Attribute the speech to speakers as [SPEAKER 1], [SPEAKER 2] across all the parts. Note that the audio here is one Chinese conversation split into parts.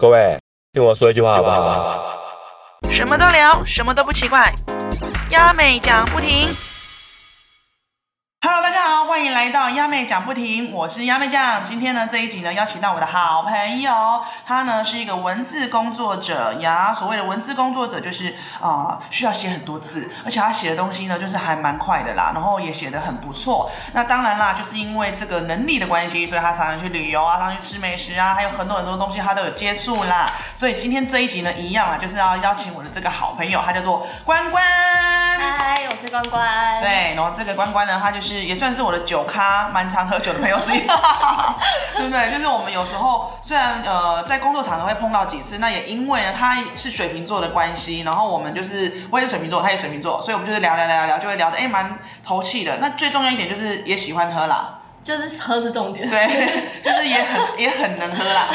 [SPEAKER 1] 各位，听我说一句话好不好？
[SPEAKER 2] 什么都聊，什么都不奇怪，亚美讲不停。Hello，大家好，欢迎来到亚妹讲不停，我是亚妹酱。今天呢这一集呢邀请到我的好朋友，他呢是一个文字工作者呀。所谓的文字工作者就是啊、呃需要写很多字，而且他写的东西呢就是还蛮快的啦，然后也写的很不错。那当然啦，就是因为这个能力的关系，所以他常常去旅游啊，常常去吃美食啊，还有很多很多东西他都有接触啦。所以今天这一集呢一样啊，就是要邀请我的这个好朋友，他叫做关关。
[SPEAKER 3] 嗨，我是关关。，
[SPEAKER 2] 对，然后这个关关呢，他就是也算是我的酒咖，蛮常喝酒的朋友之一，对不对？就是我们有时候虽然呃在工作场合会碰到几次，那也因为呢他是水瓶座的关系，然后我们就是我也是水瓶座，他也水瓶座，所以我们就是聊聊聊聊，就会聊得哎蛮投气的。那最重要一点就是也喜欢喝啦，
[SPEAKER 3] 就是喝是重点。
[SPEAKER 2] 对，就是也很也很能喝啦。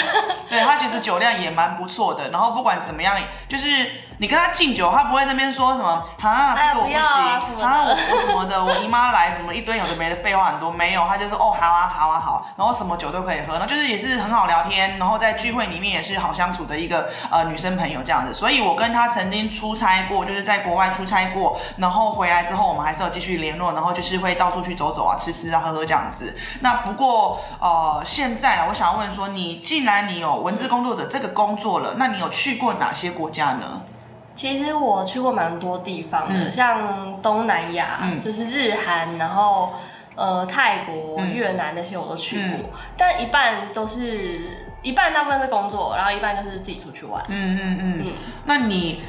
[SPEAKER 2] 对他其实酒量也蛮不错的，然后不管怎么样，就是你跟他敬酒，他不会那边说什么啊
[SPEAKER 3] 哎
[SPEAKER 2] 这个我
[SPEAKER 3] 不
[SPEAKER 2] 行，
[SPEAKER 3] 要啊什么的
[SPEAKER 2] 啊我我什么的，我姨妈来什么一堆有的没的废话很多，没有他就说哦好啊好啊好，然后什么酒都可以喝，然后就是也是很好聊天，然后在聚会里面也是好相处的一个呃女生朋友这样子，所以我跟他曾经出差过，就是在国外出差过，然后回来之后我们还是有继续联络，然后就是会到处去走走啊，吃吃啊喝喝这样子。那不过呃现在啊，我想要问说，你既然你有文字工作者这个工作了，那你有去过哪些国家呢？
[SPEAKER 3] 其实我去过蛮多地方的，
[SPEAKER 2] 嗯
[SPEAKER 3] 像东南亚，
[SPEAKER 2] 嗯
[SPEAKER 3] 就是日韩，然后呃泰国、
[SPEAKER 2] 嗯
[SPEAKER 3] 越南那些我都去过，但一半都是一半大部分是工作，然后一半就是自己出去玩。
[SPEAKER 2] 嗯嗯嗯
[SPEAKER 3] 嗯，
[SPEAKER 2] 那你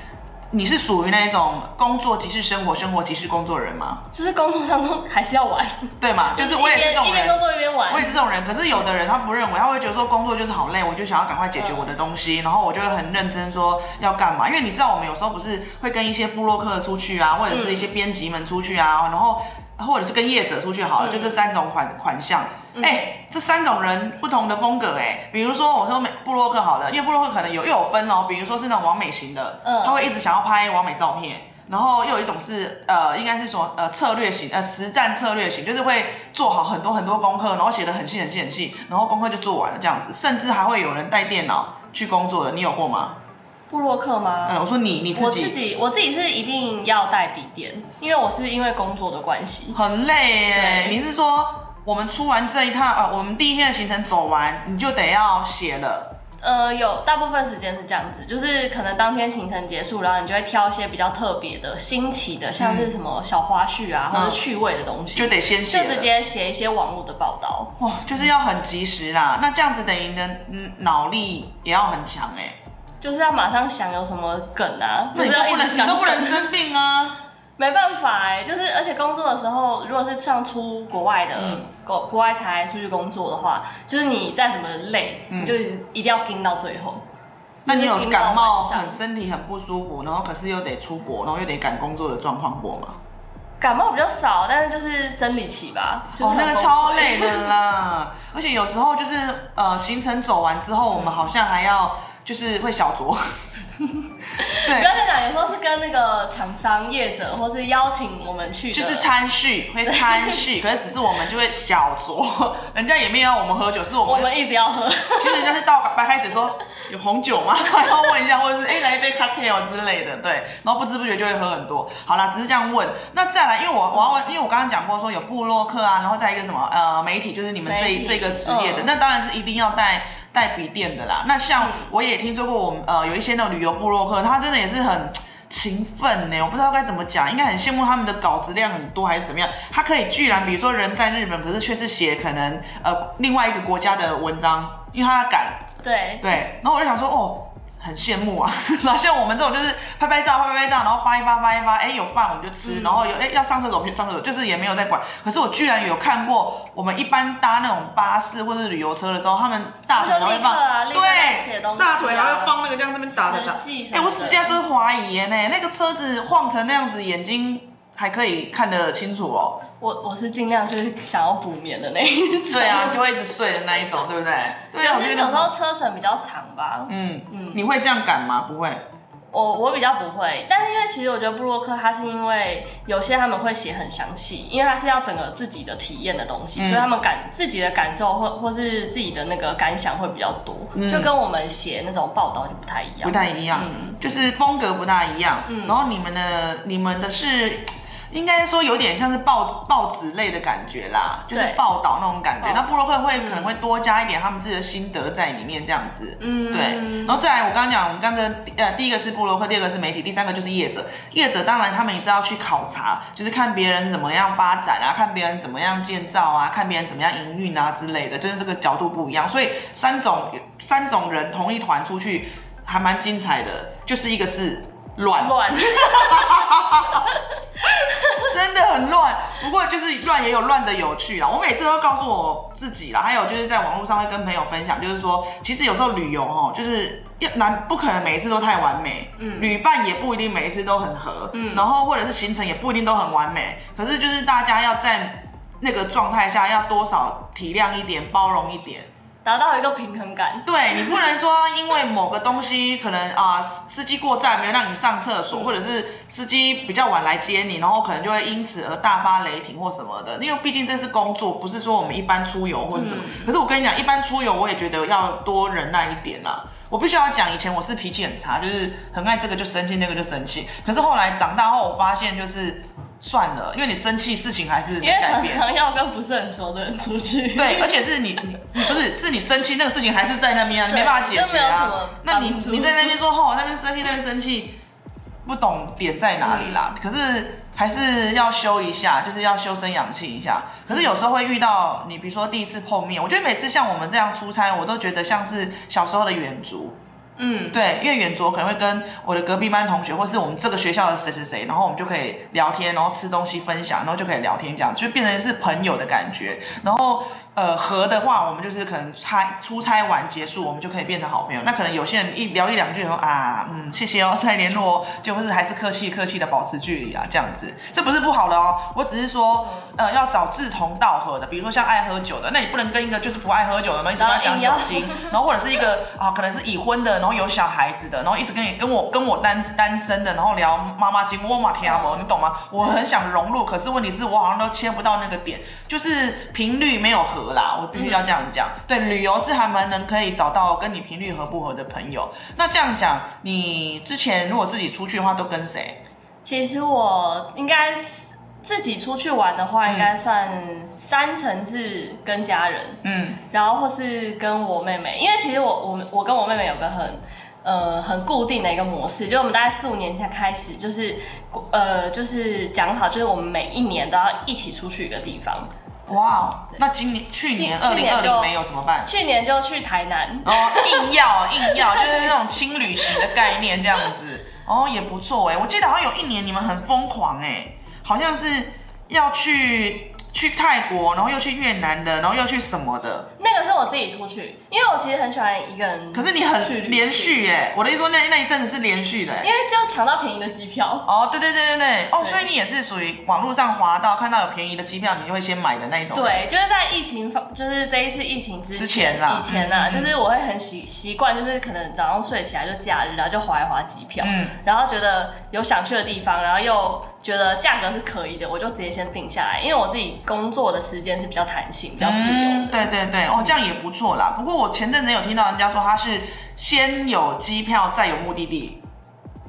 [SPEAKER 2] 你是属于那一种工作即是生活，生活即是工作人吗？
[SPEAKER 3] 就是工作当中还是要玩，
[SPEAKER 2] 对嘛？ 就是我也是这
[SPEAKER 3] 一边一
[SPEAKER 2] 种
[SPEAKER 3] 边工
[SPEAKER 2] 人。
[SPEAKER 3] 作一边玩
[SPEAKER 2] 我也。是这种人，可是有的人他不认为，他会觉得说工作就是好累，我就想要赶快解决我的东西，然后我就会很认真说要干嘛。因为你知道，我们有时候不是会跟一些部落客出去啊，或者是一些
[SPEAKER 3] 嗯
[SPEAKER 2] 编辑们出去啊，然后或者是跟业者出去好了，
[SPEAKER 3] 嗯
[SPEAKER 2] 就这三种款款项。哎、
[SPEAKER 3] 嗯
[SPEAKER 2] 这三种人不同的风格哎、比如说我说美部落客好了，因为部落客可能有又有分哦，比如说是那种完美型的，
[SPEAKER 3] 嗯
[SPEAKER 2] 他会一直想要拍完美照片，然后又有一种是呃，应该是说呃策略型，呃实战策略型，就是会做好很多很多功课，然后写的很细很细很细，然后功课就做完了这样子，甚至还会有人带电脑去工作的，你有过吗？
[SPEAKER 3] 布洛克吗？
[SPEAKER 2] 嗯，我说你你
[SPEAKER 3] 我
[SPEAKER 2] 自
[SPEAKER 3] 自
[SPEAKER 2] 己
[SPEAKER 3] 己我自己是一定要带笔电，因为我是因为工作的关系。
[SPEAKER 2] 很累耶，
[SPEAKER 3] 对
[SPEAKER 2] 你是说我们出完这一趟呃，我们第一天的行程走完，你就得要写了，
[SPEAKER 3] 呃，有大部分时间是这样子，就是可能当天行程结束，然后你就会挑一些比较特别的、新奇的，像是什么小花絮啊，
[SPEAKER 2] 嗯
[SPEAKER 3] 或者趣味的东西，
[SPEAKER 2] 就得先写
[SPEAKER 3] 就
[SPEAKER 2] 了，
[SPEAKER 3] 直接写一些网络的报道。
[SPEAKER 2] 哇，就是要很及时啦。那这样子等于你的嗯脑力也要很强哎、
[SPEAKER 3] 就是要马上想有什么梗啊，
[SPEAKER 2] 那
[SPEAKER 3] 就
[SPEAKER 2] 你
[SPEAKER 3] 是
[SPEAKER 2] 都
[SPEAKER 3] 要
[SPEAKER 2] 不
[SPEAKER 3] 一
[SPEAKER 2] 能，
[SPEAKER 3] 直
[SPEAKER 2] 你
[SPEAKER 3] 想
[SPEAKER 2] 都不能
[SPEAKER 3] 梗
[SPEAKER 2] 生病啊。
[SPEAKER 3] 没办法哎、就是而且工作的时候，如果是像出国外的、
[SPEAKER 2] 嗯
[SPEAKER 3] 国国外才出去工作的话，就是你再怎么累，
[SPEAKER 2] 嗯
[SPEAKER 3] 你就一定要盯到最后。
[SPEAKER 2] 那你有
[SPEAKER 3] 就是盯到
[SPEAKER 2] 感冒，
[SPEAKER 3] 晚上
[SPEAKER 2] 很身体很不舒服，然后可是又得出国，然后又得赶工作的状况过吗？
[SPEAKER 3] 感冒比较少，但是就是生理期吧，就是、
[SPEAKER 2] 哦，那个超 累的啦， 而且有时候就是呃行程走完之后，我们好像还要就是会小酌，
[SPEAKER 3] 不要
[SPEAKER 2] 对，
[SPEAKER 3] 再讲，有时候是跟那个厂商、业者，或是邀请我们去的，
[SPEAKER 2] 就是餐叙会餐 叙，可是只是我们就会小酌，人家也没有要我们喝酒，是我们
[SPEAKER 3] 我们一直要喝。
[SPEAKER 2] 其实人家是倒白开水说有红酒吗？ 然后问一下，或者是哎、来一杯 cocktail 之类的，对，然后不知不觉就会喝很多。好啦，只是这样问。那再来，因为我我要问，因为我刚刚讲过说有布洛克啊，然后再一个什么呃媒体，就是你们这
[SPEAKER 3] 媒
[SPEAKER 2] 一
[SPEAKER 3] 体
[SPEAKER 2] 这个职业的，
[SPEAKER 3] 嗯
[SPEAKER 2] 那当然是一定要带带笔电的啦。那像
[SPEAKER 3] 嗯
[SPEAKER 2] 我也听说过我们呃有一些那种旅游布洛克，他真的也是很。勤奋呢，我不知道该怎么讲，应该很羡慕他们的稿子量很多还是怎么样。他可以居然，比如说人在日本，可是却是写可能呃另外一个国家的文章，因为他敢，
[SPEAKER 3] 对，
[SPEAKER 2] 对，然后我就想说，哦，很羡慕啊。 然后像我们这种就是拍拍照、拍拍照，然后发一发、发一发，哎，有饭我们就吃，
[SPEAKER 3] 嗯
[SPEAKER 2] 然后有哎要上厕所我们就上厕所，就是也没有在管。可是我居然有看过，我们一般搭那种巴士或者旅游车的时候，他们大腿还
[SPEAKER 3] 就
[SPEAKER 2] 会
[SPEAKER 3] 立刻
[SPEAKER 2] 放，
[SPEAKER 3] 啊立刻在
[SPEAKER 2] 对
[SPEAKER 3] 写，东西啊
[SPEAKER 2] 大腿还会放那个这样这边打着打
[SPEAKER 3] 实际。什
[SPEAKER 2] 哎，
[SPEAKER 3] 么
[SPEAKER 2] 我
[SPEAKER 3] 的
[SPEAKER 2] 死下真怀疑耶那个车子晃成那样子，眼睛还可以看得清楚 哦。
[SPEAKER 3] 我我是尽量就是想要补眠的那一种。
[SPEAKER 2] 对啊，就会一直睡的那一种，对不对？对啊，我
[SPEAKER 3] 就
[SPEAKER 2] 觉
[SPEAKER 3] 是
[SPEAKER 2] 得
[SPEAKER 3] 有
[SPEAKER 2] 那
[SPEAKER 3] 时
[SPEAKER 2] 种
[SPEAKER 3] 候车程比较长吧。
[SPEAKER 2] 嗯
[SPEAKER 3] 嗯
[SPEAKER 2] 你会这样赶吗？不会。
[SPEAKER 3] 我我比较不会，但是因为其实我觉得布洛克他是因为有些他们会写很详细，因为他是要整个自己的体验的东西，
[SPEAKER 2] 嗯
[SPEAKER 3] 所以他们感自己的感受或或是自己的那个感想会比较多，
[SPEAKER 2] 嗯
[SPEAKER 3] 就跟我们写那种报道就不太一
[SPEAKER 2] 不
[SPEAKER 3] 样。
[SPEAKER 2] 太一样，
[SPEAKER 3] 嗯
[SPEAKER 2] 就是风格不大一样。
[SPEAKER 3] 嗯
[SPEAKER 2] 然后你们的你们的是。应该说有点像是报报纸类的感觉啦，就是
[SPEAKER 3] 对
[SPEAKER 2] 报道那种感觉。
[SPEAKER 3] 报
[SPEAKER 2] 那
[SPEAKER 3] 道
[SPEAKER 2] 布洛克会
[SPEAKER 3] 嗯
[SPEAKER 2] 可能会多加一点他们自己的心得在里面，这样子。
[SPEAKER 3] 嗯
[SPEAKER 2] 对，然后再来，我刚刚讲，我们刚刚呃，第一个是布洛克，第二个是媒体，第三个就是业者。业者当然他们也是要去考察，就是看别人怎么样发展啊，看别人怎么样建造啊，看别人怎么样营运啊之类的，就是这个角度不一样。所以三种三种人同一团出去，还蛮精彩的，就是一个字乱。
[SPEAKER 3] 乱，
[SPEAKER 2] 真的很乱，不过就是乱也有乱的有趣啦。啊我每次都告诉我自己啦，还有就是在网络上会跟朋友分享，就是说，其实有时候旅游哦，就是要难不可能每一次都太完美，
[SPEAKER 3] 嗯
[SPEAKER 2] 旅伴也不一定每一次都很合，
[SPEAKER 3] 嗯
[SPEAKER 2] 然后或者是行程也不一定都很完美。可是就是大家要在那个状态下，要多少体谅一点，包容一点。
[SPEAKER 3] 达到一个平衡感。
[SPEAKER 2] 对你不能说因为某个东西可能啊、司机过站没有让你上厕所，
[SPEAKER 3] 嗯
[SPEAKER 2] 或者是司机比较晚来接你，然后可能就会因此而大发雷霆或什么的。因为毕竟这是工作，不是说我们一般出游或者什么。
[SPEAKER 3] 嗯
[SPEAKER 2] 可是我跟你讲，一般出游我也觉得要多忍耐一点啦、我必须要讲，以前我是脾气很差，就是很爱这个就生气，那个就生气。可是后来长大后，我发现就是算了，因为你生气事情还是没
[SPEAKER 3] 因为
[SPEAKER 2] 改
[SPEAKER 3] 常
[SPEAKER 2] 变。
[SPEAKER 3] 常要跟不是很熟的人出去，
[SPEAKER 2] 对，而且是你你你不是是你生气那个事情还是在那边啊，你
[SPEAKER 3] 对
[SPEAKER 2] 没办法解
[SPEAKER 3] 就
[SPEAKER 2] 决
[SPEAKER 3] 没有什
[SPEAKER 2] 啊
[SPEAKER 3] 么。
[SPEAKER 2] 那你
[SPEAKER 3] 帮助
[SPEAKER 2] 你在那边说吼，那边生气那边生气，不懂点在哪里
[SPEAKER 3] 嗯
[SPEAKER 2] 啦。可是还是要修一下，就是要修身养气一下。可是有时候会遇到你，比如说第一次碰面，我觉得每次像我们这样出差，我都觉得像是小时候的远足。
[SPEAKER 3] 嗯，
[SPEAKER 2] 对，因为远足可能会跟我的隔壁班同学，或是我们这个学校的谁谁谁，然后我们就可以聊天，然后吃东西分享，然后就可以聊天这样，就变成是朋友的感觉。然后呃合的话，我们就是可能差出差完结束，我们就可以变成好朋友。那可能有些人一聊一两句说啊，嗯，谢谢哦，再联络哦，就不是还是客气客气的保持距离啊，这样子，这不是不好的哦。我只是说呃要找志同道合的，比如说像爱喝酒的，那你不能跟一个就是不爱喝酒的，然后一直跟他讲酒精， 然后或者是一个啊，可能是已婚的，然后有小孩子的，然后一直跟你跟我跟我单单身的，然后聊妈妈经，我嘛听
[SPEAKER 3] 嗯
[SPEAKER 2] 不，你懂吗？我很想融入，可是问题是我好像都切不到那个点，就是频率没有合啦，我必须要这样讲。
[SPEAKER 3] 嗯
[SPEAKER 2] 对，旅游是还蛮能可以找到跟你频率合不合的朋友。那这样讲，你之前如果自己出去的话，都跟谁？
[SPEAKER 3] 其实我应该是自己出去玩的话，
[SPEAKER 2] 嗯
[SPEAKER 3] 应该算三成是跟家人，
[SPEAKER 2] 嗯
[SPEAKER 3] 然后或是跟我妹妹，因为其实我我们我跟我妹妹有个很呃很固定的一个模式，就我们大概四五年前开始，就是呃就是讲好，就是我们每一年都要一起出去一个地方。
[SPEAKER 2] 哇哦，那今年去年二
[SPEAKER 3] 去
[SPEAKER 2] 零二
[SPEAKER 3] 年就
[SPEAKER 2] 零没有怎么办？
[SPEAKER 3] 去年就去台南，
[SPEAKER 2] 哦，硬要硬要，就是那种轻旅行的概念这样子。哦，也不错哎，我记得好像有一年你们很疯狂哎，好像是要去去泰国，然后又去越南的，然后又去什么的。
[SPEAKER 3] 那个是我自己出去，因为我其实很喜欢一个人，
[SPEAKER 2] 可是你
[SPEAKER 3] 去旅
[SPEAKER 2] 很
[SPEAKER 3] 行
[SPEAKER 2] 连续哎，我的意思说那那一阵子是连续的
[SPEAKER 3] 因
[SPEAKER 2] 哎。
[SPEAKER 3] 为就抢到便宜的机票。
[SPEAKER 2] 哦，对对对对对，哦，
[SPEAKER 3] 对
[SPEAKER 2] 所以你也是属于网络上滑到看到有便宜的机票，你就会先买的那一种。，
[SPEAKER 3] 对，就是在疫情发，就是这一次疫情之
[SPEAKER 2] 之前啦
[SPEAKER 3] 以前
[SPEAKER 2] 嗯
[SPEAKER 3] 啊，
[SPEAKER 2] 嗯嗯
[SPEAKER 3] 就是我会很习习惯，就是可能早上睡起来就假日，然后就划一划机票，
[SPEAKER 2] 嗯，
[SPEAKER 3] 然后觉得有想去的地方，然后又觉得价格是可以的，我就直接先定下来，因为我自己工作的时间是比较弹性、比较自由
[SPEAKER 2] 嗯，
[SPEAKER 3] 的。
[SPEAKER 2] 对对对，哦，这样也不错啦。不过我前阵子有听到人家说，他是先有机票，再有目的地。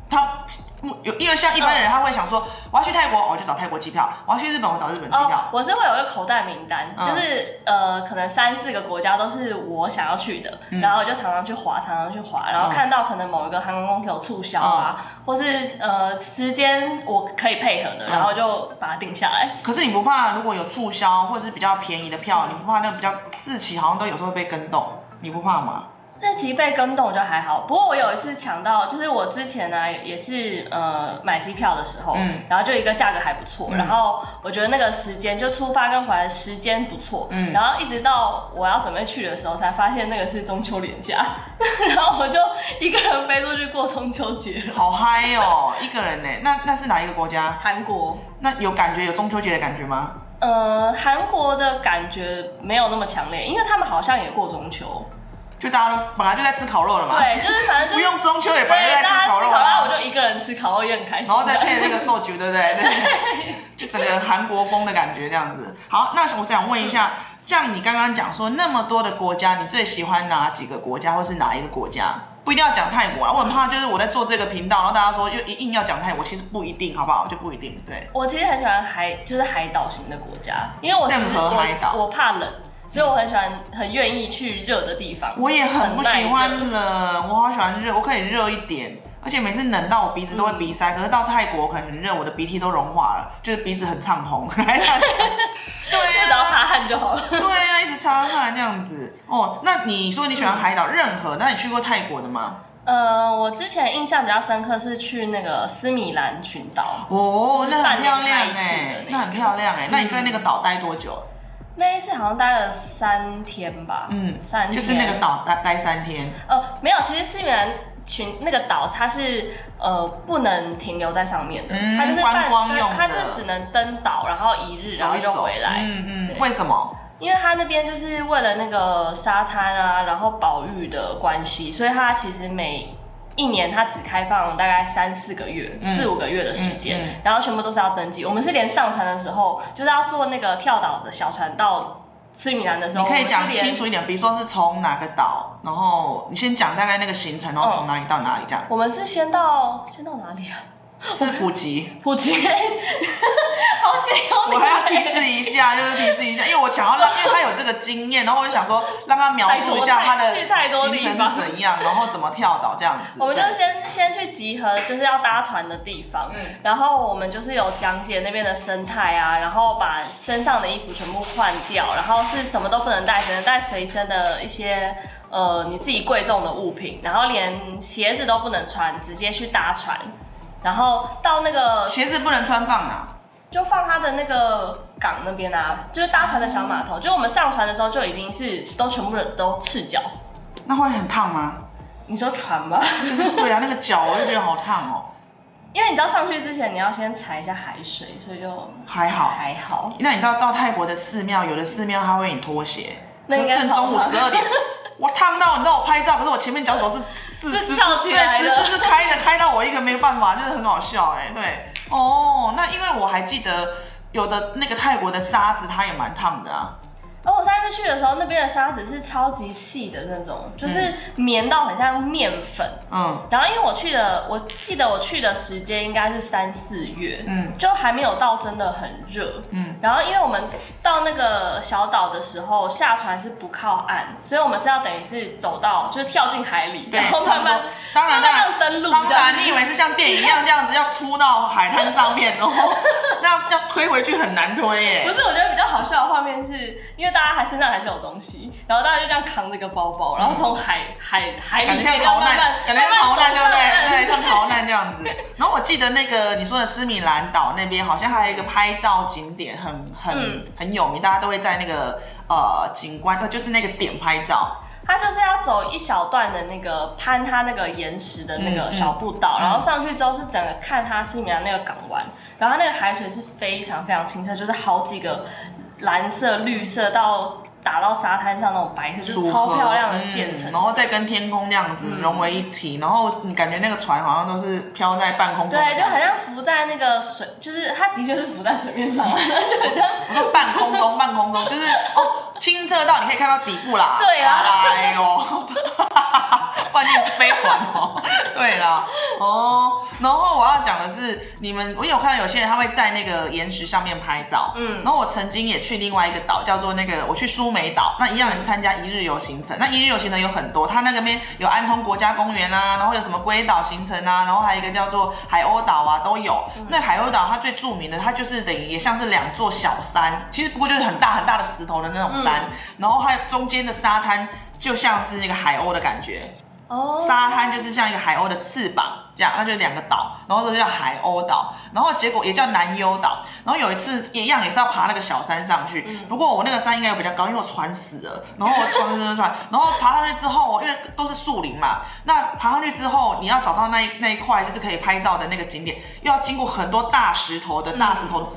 [SPEAKER 2] 他目有，因为像一般人他会想说，我要去泰国，哦我就找泰国机票；我要去日本，我找日本机
[SPEAKER 3] 嗯哦
[SPEAKER 2] 票。，
[SPEAKER 3] 我是会有一个口袋名单，
[SPEAKER 2] 嗯
[SPEAKER 3] 就是呃，可能三四个国家都是我想要去的，
[SPEAKER 2] 嗯
[SPEAKER 3] 然后我就常常去滑，常常去滑，然后
[SPEAKER 2] 嗯
[SPEAKER 3] 看到可能某一个航空公司有促销啊，或是呃时间我可以配合的，
[SPEAKER 2] 嗯
[SPEAKER 3] 然后就把它定下来。
[SPEAKER 2] 可是你不怕如果有促销或者是比较便宜的票，你不怕那个比较日期好像都有时候会被跟动，你不怕吗？
[SPEAKER 3] 日期被跟动就还好，不过我有一次抢到，就是我之前呢、也是呃买机票的时候，
[SPEAKER 2] 嗯
[SPEAKER 3] 然后就一个价格还不错，
[SPEAKER 2] 嗯
[SPEAKER 3] 然后我觉得那个时间就出发跟回来的时间不错，
[SPEAKER 2] 嗯
[SPEAKER 3] 然后一直到我要准备去的时候才发现那个是中秋连假， 然后我就一个人飞出去过中秋节了。
[SPEAKER 2] 好嗨哦， 一个人呢？那那是哪一个国家？
[SPEAKER 3] 韩国，
[SPEAKER 2] 那有感觉有中秋节的感觉吗？
[SPEAKER 3] 呃，韩国的感觉没有那么强烈，因为他们好像也过中秋，
[SPEAKER 2] 就大家都本来就在吃烤肉了嘛，
[SPEAKER 3] 对，就是反正就是
[SPEAKER 2] 不用中秋也
[SPEAKER 3] 对，
[SPEAKER 2] 本来就在
[SPEAKER 3] 大
[SPEAKER 2] 吃
[SPEAKER 3] 家
[SPEAKER 2] 烤
[SPEAKER 3] 吃
[SPEAKER 2] 肉
[SPEAKER 3] 烤
[SPEAKER 2] 啊
[SPEAKER 3] 肉，我就吃烤肉也很 开心的。
[SPEAKER 2] 然后再配那个寿菊，对不对？对，就整个韩国风的感觉这样子。好，那我想问一下，像你刚刚讲说那么多的国家，你最喜欢哪几个国家，或是哪一个国家？不一定要讲泰国啊，我很怕就是我在做这个频道，然后大家说又硬硬要讲泰国，其实不一定，好不好？就不一定，对。
[SPEAKER 3] 我其实很喜欢海，就是海岛型的国家，因为我其实
[SPEAKER 2] 任何海岛
[SPEAKER 3] 我我怕冷，所以我很喜欢很愿意去热的地方。
[SPEAKER 2] 我也很不喜
[SPEAKER 3] 耐热
[SPEAKER 2] 欢冷，我好喜欢热，我可以热一点，而且每次冷到我鼻子都会鼻塞，可是到泰国可能很热，我的鼻涕都融化了，就是鼻子很畅 红。对
[SPEAKER 3] 就只要
[SPEAKER 2] 啊，
[SPEAKER 3] 擦汗就好了。
[SPEAKER 2] 对啊，一直擦汗这样子。哦，那你说你喜欢海岛任何？那你去过泰国的吗？
[SPEAKER 3] 呃，我之前印象比较深刻是去那个斯米兰群岛，
[SPEAKER 2] 哦，那很漂亮
[SPEAKER 3] 就是半年
[SPEAKER 2] 哎、
[SPEAKER 3] 开一次的那个嗯
[SPEAKER 2] 那很漂亮哎、那你在那个岛待多久？
[SPEAKER 3] 那一次好像待了三天吧，
[SPEAKER 2] 嗯，
[SPEAKER 3] 三天
[SPEAKER 2] 就是那个岛待待三天。
[SPEAKER 3] 呃，没有，其实斯米兰群那个岛它是呃不能停留在上面的，
[SPEAKER 2] 嗯
[SPEAKER 3] 它就是
[SPEAKER 2] 观
[SPEAKER 3] 半
[SPEAKER 2] 光
[SPEAKER 3] 对
[SPEAKER 2] 用的
[SPEAKER 3] 它是只能登岛，然后一日，然后就回来。
[SPEAKER 2] 嗯嗯，
[SPEAKER 3] 对
[SPEAKER 2] 为什么？
[SPEAKER 3] 因为它那边就是为了那个沙滩啊，然后保育的关系，所以它其实每一年它只开放大概三四个月、
[SPEAKER 2] 嗯
[SPEAKER 3] 四五个月的时间，
[SPEAKER 2] 嗯嗯
[SPEAKER 3] 然后全部都是要登记。我们是连上船的时候，就是要坐那个跳岛的小船到斯里兰的时
[SPEAKER 2] 你
[SPEAKER 3] 候，
[SPEAKER 2] 可以
[SPEAKER 3] 我
[SPEAKER 2] 讲
[SPEAKER 3] 们是连
[SPEAKER 2] 清楚一点，比如说是从哪个岛，然后你先讲大概那个行程，然
[SPEAKER 3] 哦
[SPEAKER 2] 后从哪里到哪里这 样。
[SPEAKER 3] 我们是先到先到哪里啊？
[SPEAKER 2] 是普吉，
[SPEAKER 3] 普吉， 好险有你！
[SPEAKER 2] 我还要提示一下， 就是提示一下，因为我想要让，因为他有这个经验，然后我就想说让他描述一下他的
[SPEAKER 3] 太多太多地
[SPEAKER 2] 行程
[SPEAKER 3] 方
[SPEAKER 2] 是怎样，然后怎么跳岛这样子。
[SPEAKER 3] 我们就
[SPEAKER 2] 对
[SPEAKER 3] 先先去集合，就是要搭船的地方。
[SPEAKER 2] 嗯
[SPEAKER 3] 然后我们就是有讲解那边的生态啊，然后把身上的衣服全部换掉，然后是什么都不能带，只能带随身的一些呃你自己贵重的物品，然后连鞋子都不能穿，直接去搭船。然后到那个
[SPEAKER 2] 鞋子不能穿放啊哪？
[SPEAKER 3] 就放他的那个港那边啊，就是搭船的小码头，就我们上船的时候就已经是都全部人都赤脚。
[SPEAKER 2] 那会很烫吗？
[SPEAKER 3] 你说船吗？
[SPEAKER 2] 就是对啊，那个脚我就觉得好烫哦。
[SPEAKER 3] 因为你知道上去之前你要先踩一下海水，所以就
[SPEAKER 2] 还好
[SPEAKER 3] 还好。
[SPEAKER 2] 那你知道到泰国的寺庙，有的寺庙它会给你脱鞋，
[SPEAKER 3] 那应该
[SPEAKER 2] 正
[SPEAKER 3] 超
[SPEAKER 2] 中午
[SPEAKER 3] 烫
[SPEAKER 2] 十 二点，我烫到，你知道我拍照，可是我前面脚趾头是 四
[SPEAKER 3] 是
[SPEAKER 2] 四
[SPEAKER 3] 翘起来的
[SPEAKER 2] 对，四肢是开的，开到我一个没办法，就是很好笑哎、对，哦，那因为我还记得有的那个泰国的沙子，它也蛮烫的啊，
[SPEAKER 3] 而我上次去的时候，那边的沙子是超级细的那种，就是绵到很像面粉。
[SPEAKER 2] 嗯
[SPEAKER 3] 然后因为我去的，我记得我去的时间应该是三四月，
[SPEAKER 2] 嗯
[SPEAKER 3] 就还没有到真的很热。
[SPEAKER 2] 嗯，
[SPEAKER 3] 然后因为我们到那个小岛的时候，下船是不靠岸，所以我们是要等于是走到就是跳进海里，
[SPEAKER 2] 对，
[SPEAKER 3] 然后慢
[SPEAKER 2] 差不
[SPEAKER 3] 慢
[SPEAKER 2] 多当然当
[SPEAKER 3] 慢慢
[SPEAKER 2] 然
[SPEAKER 3] 让登陆
[SPEAKER 2] 当
[SPEAKER 3] 这样
[SPEAKER 2] 然，你以为是像电影一样这样子要出到海滩上面， 然后那要推回去很难推哎耶、
[SPEAKER 3] 不是，我觉得比较好笑的画面是，因为大家还身上还是有东西，然后大家就这样扛着个包包，然后从海海海
[SPEAKER 2] 感
[SPEAKER 3] 里
[SPEAKER 2] 觉嗯像
[SPEAKER 3] 面这样
[SPEAKER 2] 逃
[SPEAKER 3] 慢
[SPEAKER 2] 难感觉像逃
[SPEAKER 3] 慢，
[SPEAKER 2] 难，对不对？对，
[SPEAKER 3] 慢慢走上
[SPEAKER 2] 像逃难这样子。然后我记得那个你说的斯米兰岛那边，好像还有一个拍照景点，很
[SPEAKER 3] 嗯
[SPEAKER 2] 很很有名，大家都会在那个呃景观，呃就是那个点拍照。
[SPEAKER 3] 他就是要走一小段的那个攀他那个岩石的那个小步道，
[SPEAKER 2] 嗯嗯
[SPEAKER 3] 然后上去之后是整个看他西米兰那个港湾，然后那个海水是非常非常清澈，就是好几个蓝色、绿色到打到沙滩上那种白色，就是
[SPEAKER 2] 组
[SPEAKER 3] 超
[SPEAKER 2] 合
[SPEAKER 3] 漂亮的建成
[SPEAKER 2] 嗯
[SPEAKER 3] 色、
[SPEAKER 2] 然后再跟天空这样子
[SPEAKER 3] 嗯
[SPEAKER 2] 融为一体，然后你感觉那个船好像都是飘在半空中的感
[SPEAKER 3] 对，
[SPEAKER 2] 觉，
[SPEAKER 3] 就很像浮在那个水，就是它的确是浮在水面上， 就很像
[SPEAKER 2] 我说半空中，半空中 就是哦，清澈到你可以看到底部啦。
[SPEAKER 3] 对啊
[SPEAKER 2] 哎 呦， 万念是飞船 哦。对啦，哦，然后我要讲的是，你们我有看到有些人他会在那个岩石上面拍照，
[SPEAKER 3] 嗯
[SPEAKER 2] 然后我曾经也去另外一个岛，叫做那个我去苏梅岛，那一样也是参加一日游行程。那一日游行程有很多，它那个边有安通国家公园啊，然后有什么龟岛行程啊，然后还有一个叫做海鸥岛啊，都有。
[SPEAKER 3] 嗯
[SPEAKER 2] 那海鸥岛它最著名的，它就是等于也像是两座小山，其实不过就是很大很大的石头的那种山，
[SPEAKER 3] 嗯
[SPEAKER 2] 然后还有中间的沙滩就像是那个海鸥的感觉，
[SPEAKER 3] 哦
[SPEAKER 2] 沙滩就是像一个海鸥的翅膀这样，它就两个岛，然后这就叫海鸥岛，然后结果也叫南优岛。然后有一次一样也是要爬那个小山上去，
[SPEAKER 3] 嗯
[SPEAKER 2] 不过我那个山应该有比较高，因为我船死了，然后我船船船船，然后爬上去之后，我因为都是树林嘛，那爬上去之后你要找到那一那一块就是可以拍照的那个景点，又要经过很多大石头的大石头的缝。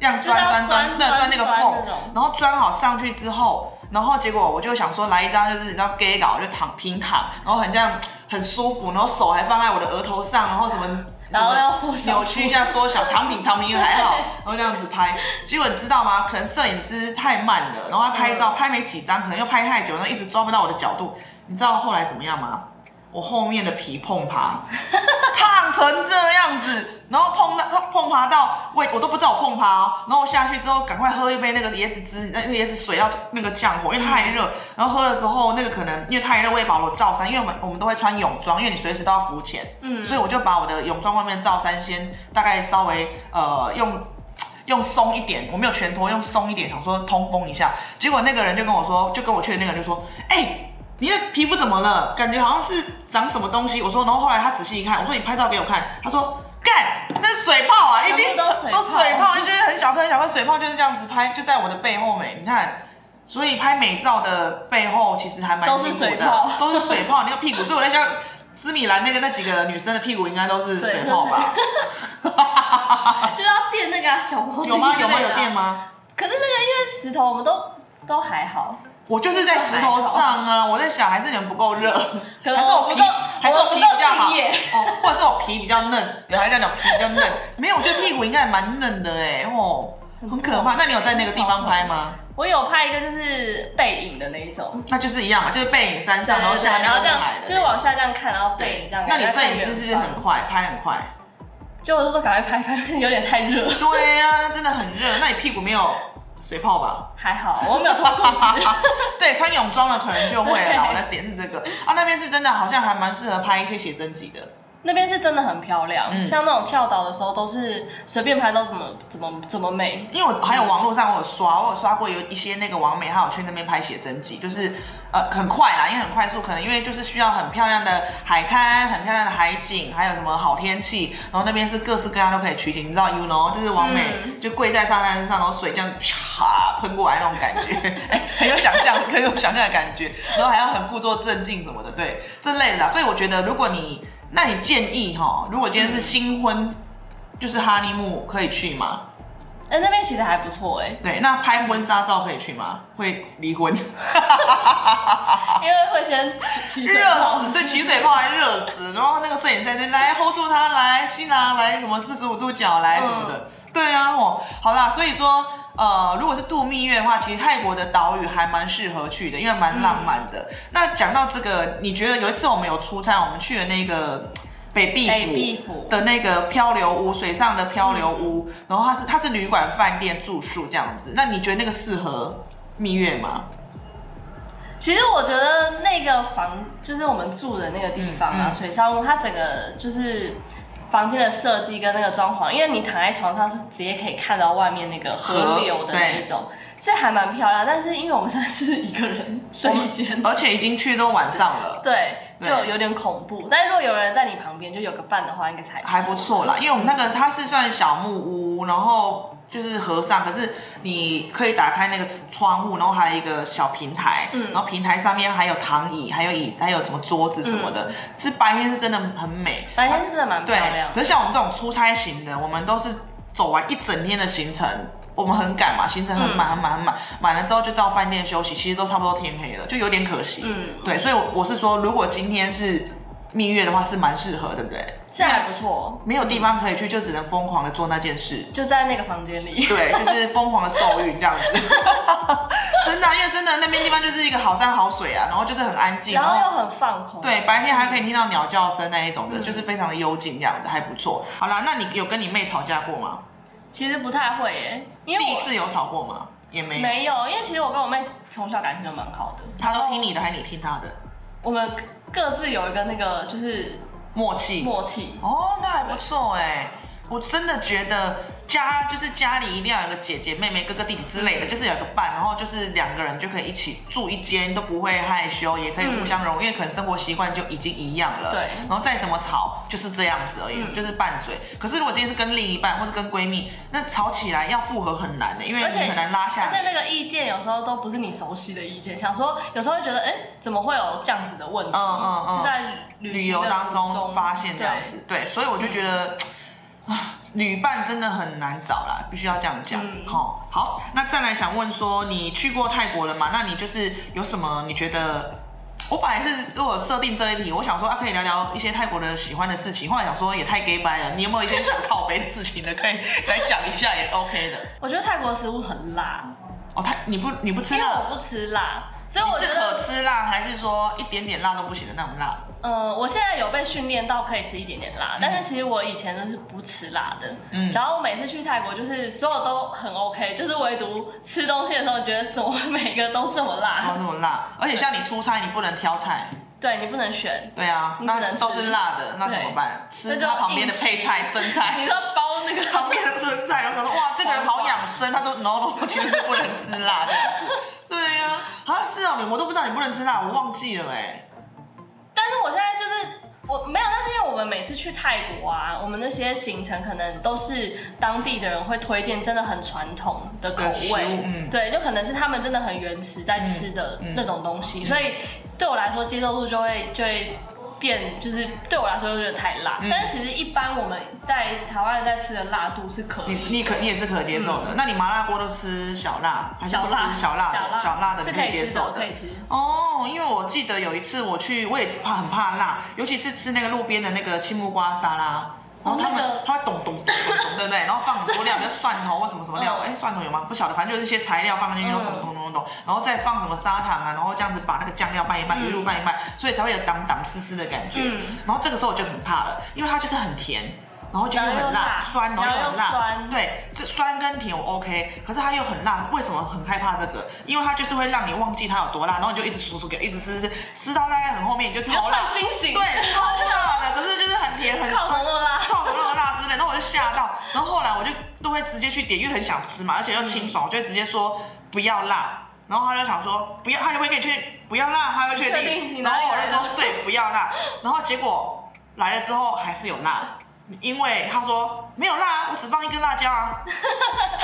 [SPEAKER 2] 这样钻
[SPEAKER 3] 嗯就是要
[SPEAKER 2] 钻钻，
[SPEAKER 3] 钻
[SPEAKER 2] 对，
[SPEAKER 3] 钻
[SPEAKER 2] 钻那个
[SPEAKER 3] 钻
[SPEAKER 2] 缝
[SPEAKER 3] 那种，
[SPEAKER 2] 然后钻好上去之后，然后结果我就想说来一张就是你知道 gay 稿，就躺平躺，然后很像很舒服，然后手还放在我的额头上，然后什么。
[SPEAKER 3] 然后要缩小
[SPEAKER 2] 扭曲一下，缩小，躺平躺平还 好，然后这样子拍。结果你知道吗？可能摄影师太慢了，然后他拍照、
[SPEAKER 3] 嗯
[SPEAKER 2] 拍没几张，可能又拍太久，然后一直抓不到我的角度。你知道后来怎么样吗？我后面的皮碰爬，烫成这样子，然后碰到碰爬到，我也我都不知道我碰爬哦。然后我下去之后，赶快喝一杯那个椰子汁，那那个椰子水要那个降火，因为太热。然后喝的时候，那个可能因为太热，我也把我罩衫，因为我们我们都会穿泳装，因为你随时都要浮潜，
[SPEAKER 3] 嗯
[SPEAKER 2] 所以我就把我的泳装外面罩衫先大概稍微呃用。用松一点，我没有全脱，用松一点，想说通风一下。结果那个人就跟我说，就跟我去的那个人就说：“哎、你的皮肤怎么了？感觉好像是长什么东西。”我说，然后后来他仔细一看，我说：“你拍照给我看。”他说：“干，那是水泡啊，已经
[SPEAKER 3] 全部都水泡
[SPEAKER 2] 水泡，就觉得很小颗很小颗水泡就是这样子拍，就在我的背后美，你看。”所以拍美照的背后其实还蛮
[SPEAKER 3] 都
[SPEAKER 2] 辛苦
[SPEAKER 3] 是水
[SPEAKER 2] 的
[SPEAKER 3] 泡，
[SPEAKER 2] 哦都是水泡，那个屁股。所以我在想，斯米兰那个那几个女生的屁股应该都是
[SPEAKER 3] 对
[SPEAKER 2] 水泡吧？
[SPEAKER 3] 哦就要垫那个、啊、小毛巾
[SPEAKER 2] 有 吗？
[SPEAKER 3] 之
[SPEAKER 2] 有吗？
[SPEAKER 3] 类的
[SPEAKER 2] 有
[SPEAKER 3] 啊
[SPEAKER 2] 电？吗？
[SPEAKER 3] 可是那个因为石头，我们都都还好，
[SPEAKER 2] 我就是在石头上啊，我在想还是你们不够热，
[SPEAKER 3] 可
[SPEAKER 2] 还
[SPEAKER 3] 能
[SPEAKER 2] 是我
[SPEAKER 3] 我不
[SPEAKER 2] 皮
[SPEAKER 3] 够，
[SPEAKER 2] 还是
[SPEAKER 3] 我
[SPEAKER 2] 我
[SPEAKER 3] 不
[SPEAKER 2] 皮
[SPEAKER 3] 够
[SPEAKER 2] 比较好，
[SPEAKER 3] 敬业。
[SPEAKER 2] 哦，或者是我皮比较嫩，原来这样讲皮比较嫩，没有，我觉得屁股应该还蛮嫩的哎，哦，很可怕。那你有在那个地方拍吗？
[SPEAKER 3] 我有拍一个就是背影的那一种，
[SPEAKER 2] 那就是一样嘛，就是背影山上，然后
[SPEAKER 3] 对对对
[SPEAKER 2] 下面
[SPEAKER 3] 然后这样
[SPEAKER 2] 来的，
[SPEAKER 3] 就是往下这样看，然后背影这样。
[SPEAKER 2] 那你
[SPEAKER 3] 然后
[SPEAKER 2] 摄
[SPEAKER 3] 看
[SPEAKER 2] 影师
[SPEAKER 3] 远
[SPEAKER 2] 是不是
[SPEAKER 3] 方
[SPEAKER 2] 很快，拍很快？
[SPEAKER 3] 就我就说赶快拍拍，有点太热。
[SPEAKER 2] 对呀、真的很热。那你屁股没有水泡吧？
[SPEAKER 3] 还好我没有脱裤子。
[SPEAKER 2] 对，穿泳装的可能就会
[SPEAKER 3] 对
[SPEAKER 2] 了。我的点是这个啊，那边是真的好像还蛮适合拍一些写真集的。
[SPEAKER 3] 那边是真的很漂亮，
[SPEAKER 2] 嗯
[SPEAKER 3] 像那种跳岛的时候都是随便拍都怎么怎么怎么美。
[SPEAKER 2] 因为我还有网络上我有刷，我有刷过有一些那个网美，她有去那边拍写真集，就是呃很快啦，因为很快速，可能因为就是需要很漂亮的海滩、很漂亮的海景，还有什么好天气，然后那边是各式各样都可以取景，你知道，you know，就是网美、
[SPEAKER 3] 嗯
[SPEAKER 2] 就跪在沙滩上，然后水这样啪喷过来那种感觉，哎很有想象，很有想象的感觉，然后还要很故作镇静什么的，对，这类的啦。所以我觉得如果你，那你建议哈，如果今天是新婚，就是哈尼木可以去吗？
[SPEAKER 3] 哎、那边其实还不错哎、
[SPEAKER 2] 对，那拍婚纱照可以去吗？会离 婚，
[SPEAKER 3] 因为会先起水
[SPEAKER 2] 热
[SPEAKER 3] 泡
[SPEAKER 2] 死，，对，起水泡还热死，然后那个摄影师在来 hold 住他，来新郎来什么四十五度角来什么的，
[SPEAKER 3] 嗯
[SPEAKER 2] 对啊，哦，好啦，所以说。呃，如果是度蜜月的话，其实泰国的岛屿还蛮适合去的，因为蛮浪漫的。
[SPEAKER 3] 嗯
[SPEAKER 2] 那讲到这个，你觉得有一次我们有出差，我们去了那个北壁
[SPEAKER 3] 北
[SPEAKER 2] 府
[SPEAKER 3] 壁府嗯
[SPEAKER 2] 的那个漂流屋，水上的漂流屋，然后它是它是旅馆、饭店、住宿这样子。那你觉得那个适合蜜月吗？
[SPEAKER 3] 其实我觉得那个房就是我们住的那个地方啊，
[SPEAKER 2] 嗯嗯
[SPEAKER 3] 水上屋，它整个就是房间的设计跟那个装潢，因为你躺在床上是直接可以看到外面那个河
[SPEAKER 2] 河
[SPEAKER 3] 流的那一种，是还蛮漂亮。但是因为我们现在是一 个人睡一间，
[SPEAKER 2] 而且已经去都晚上了。
[SPEAKER 3] 对，
[SPEAKER 2] 对
[SPEAKER 3] 就有点恐怖。但如果有人在你旁边，就有个伴的话，应该才
[SPEAKER 2] 还不错啦，因为我们那个它是算小木屋，然后就是和尚，可是你可以打开那个窗户，然后还有一个小平台，
[SPEAKER 3] 嗯
[SPEAKER 2] 然后平台上面还有躺椅，还有椅，还有什么桌子什么的，是白天是真的很美，
[SPEAKER 3] 嗯白天是真的蛮漂
[SPEAKER 2] 对
[SPEAKER 3] 亮，
[SPEAKER 2] 可。是像我们这种出差型的，我们都是走完一整天的行程，我们很赶嘛，行程很满
[SPEAKER 3] 嗯
[SPEAKER 2] 很满很满，满了之后就到饭店休息，其实都差不多天黑了，就有点可惜。
[SPEAKER 3] 嗯
[SPEAKER 2] 对，所以我我是说，如果今天是蜜月的话，是蛮适合，对不对？
[SPEAKER 3] 是还不错，
[SPEAKER 2] 没有地方可以去，就只能疯狂的做那件事。
[SPEAKER 3] 就在那个房间里。
[SPEAKER 2] 对，就是疯狂的受孕这样子， 真的啊、因为真的那边地方就是一个好山好水啊，然后就是很安静，
[SPEAKER 3] 然后又很放空，
[SPEAKER 2] 对，白天还可以听到鸟叫声那一种的，
[SPEAKER 3] 嗯
[SPEAKER 2] 就是非常的幽静这样子，还不错。好啦，那你有跟你妹吵架过吗？
[SPEAKER 3] 其实不太会耶，因
[SPEAKER 2] 第
[SPEAKER 3] 为
[SPEAKER 2] 一
[SPEAKER 3] 我
[SPEAKER 2] 次有吵过吗？也没有。
[SPEAKER 3] 没有，因为其实我跟我妹从小感情就蛮好的，
[SPEAKER 2] 她都
[SPEAKER 3] 哦
[SPEAKER 2] 听你的，还是你听她的？
[SPEAKER 3] 我们各自有一个那个就是
[SPEAKER 2] 默契。
[SPEAKER 3] 默契，
[SPEAKER 2] 哦，那还不错哎、我真的觉得家就是家里一定要有个姐姐、妹妹、哥哥、弟弟之类的，就是有个伴，然后就是两个人就可以一起住一间，都不会害羞，也可以互相融入，因为可能生活习惯就已经一样了。
[SPEAKER 3] 对
[SPEAKER 2] 然后再怎么吵就是这样子而已，
[SPEAKER 3] 嗯
[SPEAKER 2] 就是拌嘴。可是如果今天是跟另一半或是跟闺蜜，那吵起来要复合很难欸的、因为
[SPEAKER 3] 而
[SPEAKER 2] 你
[SPEAKER 3] 且
[SPEAKER 2] 很难拉下
[SPEAKER 3] 而且
[SPEAKER 2] 来。
[SPEAKER 3] 那个意见有时候都不是你熟悉的意见，想说有时候会觉得，哎，怎么会有这样子的问题？
[SPEAKER 2] 嗯嗯嗯
[SPEAKER 3] 就在旅
[SPEAKER 2] 旅
[SPEAKER 3] 行
[SPEAKER 2] 游
[SPEAKER 3] 的
[SPEAKER 2] 当
[SPEAKER 3] 途
[SPEAKER 2] 中发现这样
[SPEAKER 3] 对
[SPEAKER 2] 子，对，所以我就觉得。啊，旅伴真的很难找啦，必须要这样讲。
[SPEAKER 3] 嗯
[SPEAKER 2] 好、好，那再来想问说，你去过泰国了吗？那你就是有什么你觉得？我本来是如果设定这一题，我想说啊，可以聊聊一些泰国的喜欢的事情。后来想说也太 gay 掰了，你有没有一些想靠背的事情呢？可 以来讲一下也 OK 的。
[SPEAKER 3] 我觉得泰国的食物很辣，
[SPEAKER 2] 哦，泰你不你不吃
[SPEAKER 3] 因为我
[SPEAKER 2] 辣，
[SPEAKER 3] 不吃辣，所以我
[SPEAKER 2] 你
[SPEAKER 3] 觉
[SPEAKER 2] 是可
[SPEAKER 3] 得，
[SPEAKER 2] 吃辣还是说一点点辣都不行的那种辣？
[SPEAKER 3] 呃，我现在有被训练到可以吃一点点辣
[SPEAKER 2] 嗯，
[SPEAKER 3] 但是其实我以前都是不吃辣的。
[SPEAKER 2] 嗯，
[SPEAKER 3] 然后我每次去泰国，就是所有都很 OK，就是唯独吃东西的时候，觉得怎么每个都这么
[SPEAKER 2] 然后
[SPEAKER 3] 辣？
[SPEAKER 2] 哦那么辣，而且像你出差你不能挑菜，
[SPEAKER 3] 对你不能选，
[SPEAKER 2] 对啊，
[SPEAKER 3] 你只
[SPEAKER 2] 那
[SPEAKER 3] 能
[SPEAKER 2] 都
[SPEAKER 3] 吃
[SPEAKER 2] 是辣的，那怎么办？吃
[SPEAKER 3] 那就
[SPEAKER 2] 它旁边的
[SPEAKER 3] 硬
[SPEAKER 2] 配菜、
[SPEAKER 3] 吃
[SPEAKER 2] 生
[SPEAKER 3] 你
[SPEAKER 2] 菜，
[SPEAKER 3] 知道包那个
[SPEAKER 2] 旁边的生菜，然后说哇，这个人好养生。他说 no no，其实不能吃辣这样子。对呀、啊，啊是啊，你我都不知道你不能吃辣，我忘记了哎、
[SPEAKER 3] 但是我现在就是我没有，但是因为我们每次去泰国啊，我们那些行程可能都是当地的人会推荐，真的很传统的口
[SPEAKER 2] 食物
[SPEAKER 3] 味，
[SPEAKER 2] 嗯
[SPEAKER 3] 对，就可能是他们真的很原始在吃的
[SPEAKER 2] 嗯嗯
[SPEAKER 3] 那种东西，
[SPEAKER 2] 嗯
[SPEAKER 3] 所以对我来说接受度就会就会。变就是对我来说就觉得太辣，
[SPEAKER 2] 嗯
[SPEAKER 3] 但是其实一般我们在台湾人在吃的辣度是可以
[SPEAKER 2] 你
[SPEAKER 3] 的
[SPEAKER 2] 是你可你也是可接受的。那你麻辣锅都吃小辣还是不
[SPEAKER 3] 嗯小
[SPEAKER 2] 吃
[SPEAKER 3] 辣
[SPEAKER 2] 小辣的？小辣的
[SPEAKER 3] 是
[SPEAKER 2] 你
[SPEAKER 3] 可
[SPEAKER 2] 可
[SPEAKER 3] 以
[SPEAKER 2] 以接
[SPEAKER 3] 吃的，
[SPEAKER 2] 受
[SPEAKER 3] 我可
[SPEAKER 2] 的
[SPEAKER 3] 以。吃。
[SPEAKER 2] 哦，因为我记得有一次我去，我也怕很怕辣，尤其是吃那个路边的那个青木瓜沙拉，然后他
[SPEAKER 3] 哦那
[SPEAKER 2] 们
[SPEAKER 3] 个嗯
[SPEAKER 2] 他会咚咚咚咚咚，对不对？ 然后放很多料，比如蒜头或什么什么料，哎，蒜头有吗？不晓得，反正就是一些材料放进去，然后咚咚咚咚，
[SPEAKER 3] 嗯
[SPEAKER 2] 然后再放什么砂糖啊，然后这样子把那个酱料拌一拌，一路拌一拌，所以才会有挡挡湿湿的感觉。
[SPEAKER 3] 嗯
[SPEAKER 2] 然后这个时候我就很怕了，因为它就是很甜。然后就又
[SPEAKER 3] 然后
[SPEAKER 2] 很
[SPEAKER 3] 又
[SPEAKER 2] 辣
[SPEAKER 3] 辣，
[SPEAKER 2] 酸，然后
[SPEAKER 3] 然
[SPEAKER 2] 又
[SPEAKER 3] 后
[SPEAKER 2] 很
[SPEAKER 3] 又
[SPEAKER 2] 辣
[SPEAKER 3] 酸，
[SPEAKER 2] 对，这酸跟甜我 OK，可是它又很辣，为什么很害怕这个？因为它就是会让你忘记它有多辣，然后你就一直数数给，一直吃吃，吃到大概很后面你就
[SPEAKER 3] 你就
[SPEAKER 2] 超
[SPEAKER 3] 突
[SPEAKER 2] 辣
[SPEAKER 3] 然，惊醒，
[SPEAKER 2] 对，超辣的，可是就是很甜很
[SPEAKER 3] 靠
[SPEAKER 2] 酸
[SPEAKER 3] 着，热辣，
[SPEAKER 2] 泡牛肉辣之类，然后我就吓到，然后后来我就都会直接去点，因为很想吃嘛，而且又清
[SPEAKER 3] 嗯
[SPEAKER 2] 爽，我就会直接说不要辣，然后他就想说不要，他就会给你确定不要辣，他会确
[SPEAKER 3] 确定你
[SPEAKER 2] 然
[SPEAKER 3] 哪里
[SPEAKER 2] 后我
[SPEAKER 3] 来
[SPEAKER 2] 就
[SPEAKER 3] 的
[SPEAKER 2] 说对不要辣，然后结果来了之后还是有 辣，因为他说没有辣，我只放一根辣椒 啊，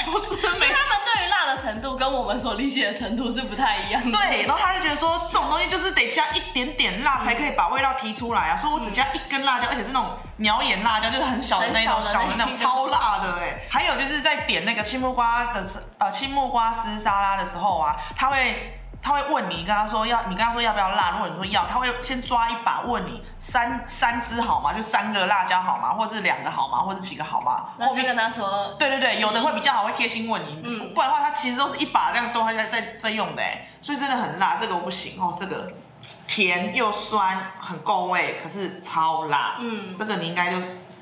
[SPEAKER 2] 就是
[SPEAKER 3] 就
[SPEAKER 2] 没。
[SPEAKER 3] 他们对于辣的程度跟我们所理解的程度是不太一样的。
[SPEAKER 2] 对，嗯然后他就觉得说这种东西就是得加一点点辣才可以把味道提出来啊，所以我只加一根辣椒，而且是那种苗眼辣椒，就是很小的那种，
[SPEAKER 3] 很小
[SPEAKER 2] 小
[SPEAKER 3] 的
[SPEAKER 2] 的那种
[SPEAKER 3] 那种
[SPEAKER 2] 超辣的哎、还有就是在点那个青木瓜的时呃青木瓜丝沙拉的时候啊，他会。他会问你，跟他说要，你跟他说要不要辣？如果你说要，他会先抓一把问你三三支好吗？就三个辣椒好吗？或是两个好吗？或是几个好吗？
[SPEAKER 3] 然后就跟他说，
[SPEAKER 2] 对对对，有的会比较好，会贴心问你，
[SPEAKER 3] 嗯
[SPEAKER 2] 不然的话，它其实都是一把这样都还在在在用的哎，所以真的很辣，这个我不行哦，这个甜又酸，很够味，可是超辣，
[SPEAKER 3] 嗯
[SPEAKER 2] 这个你应该就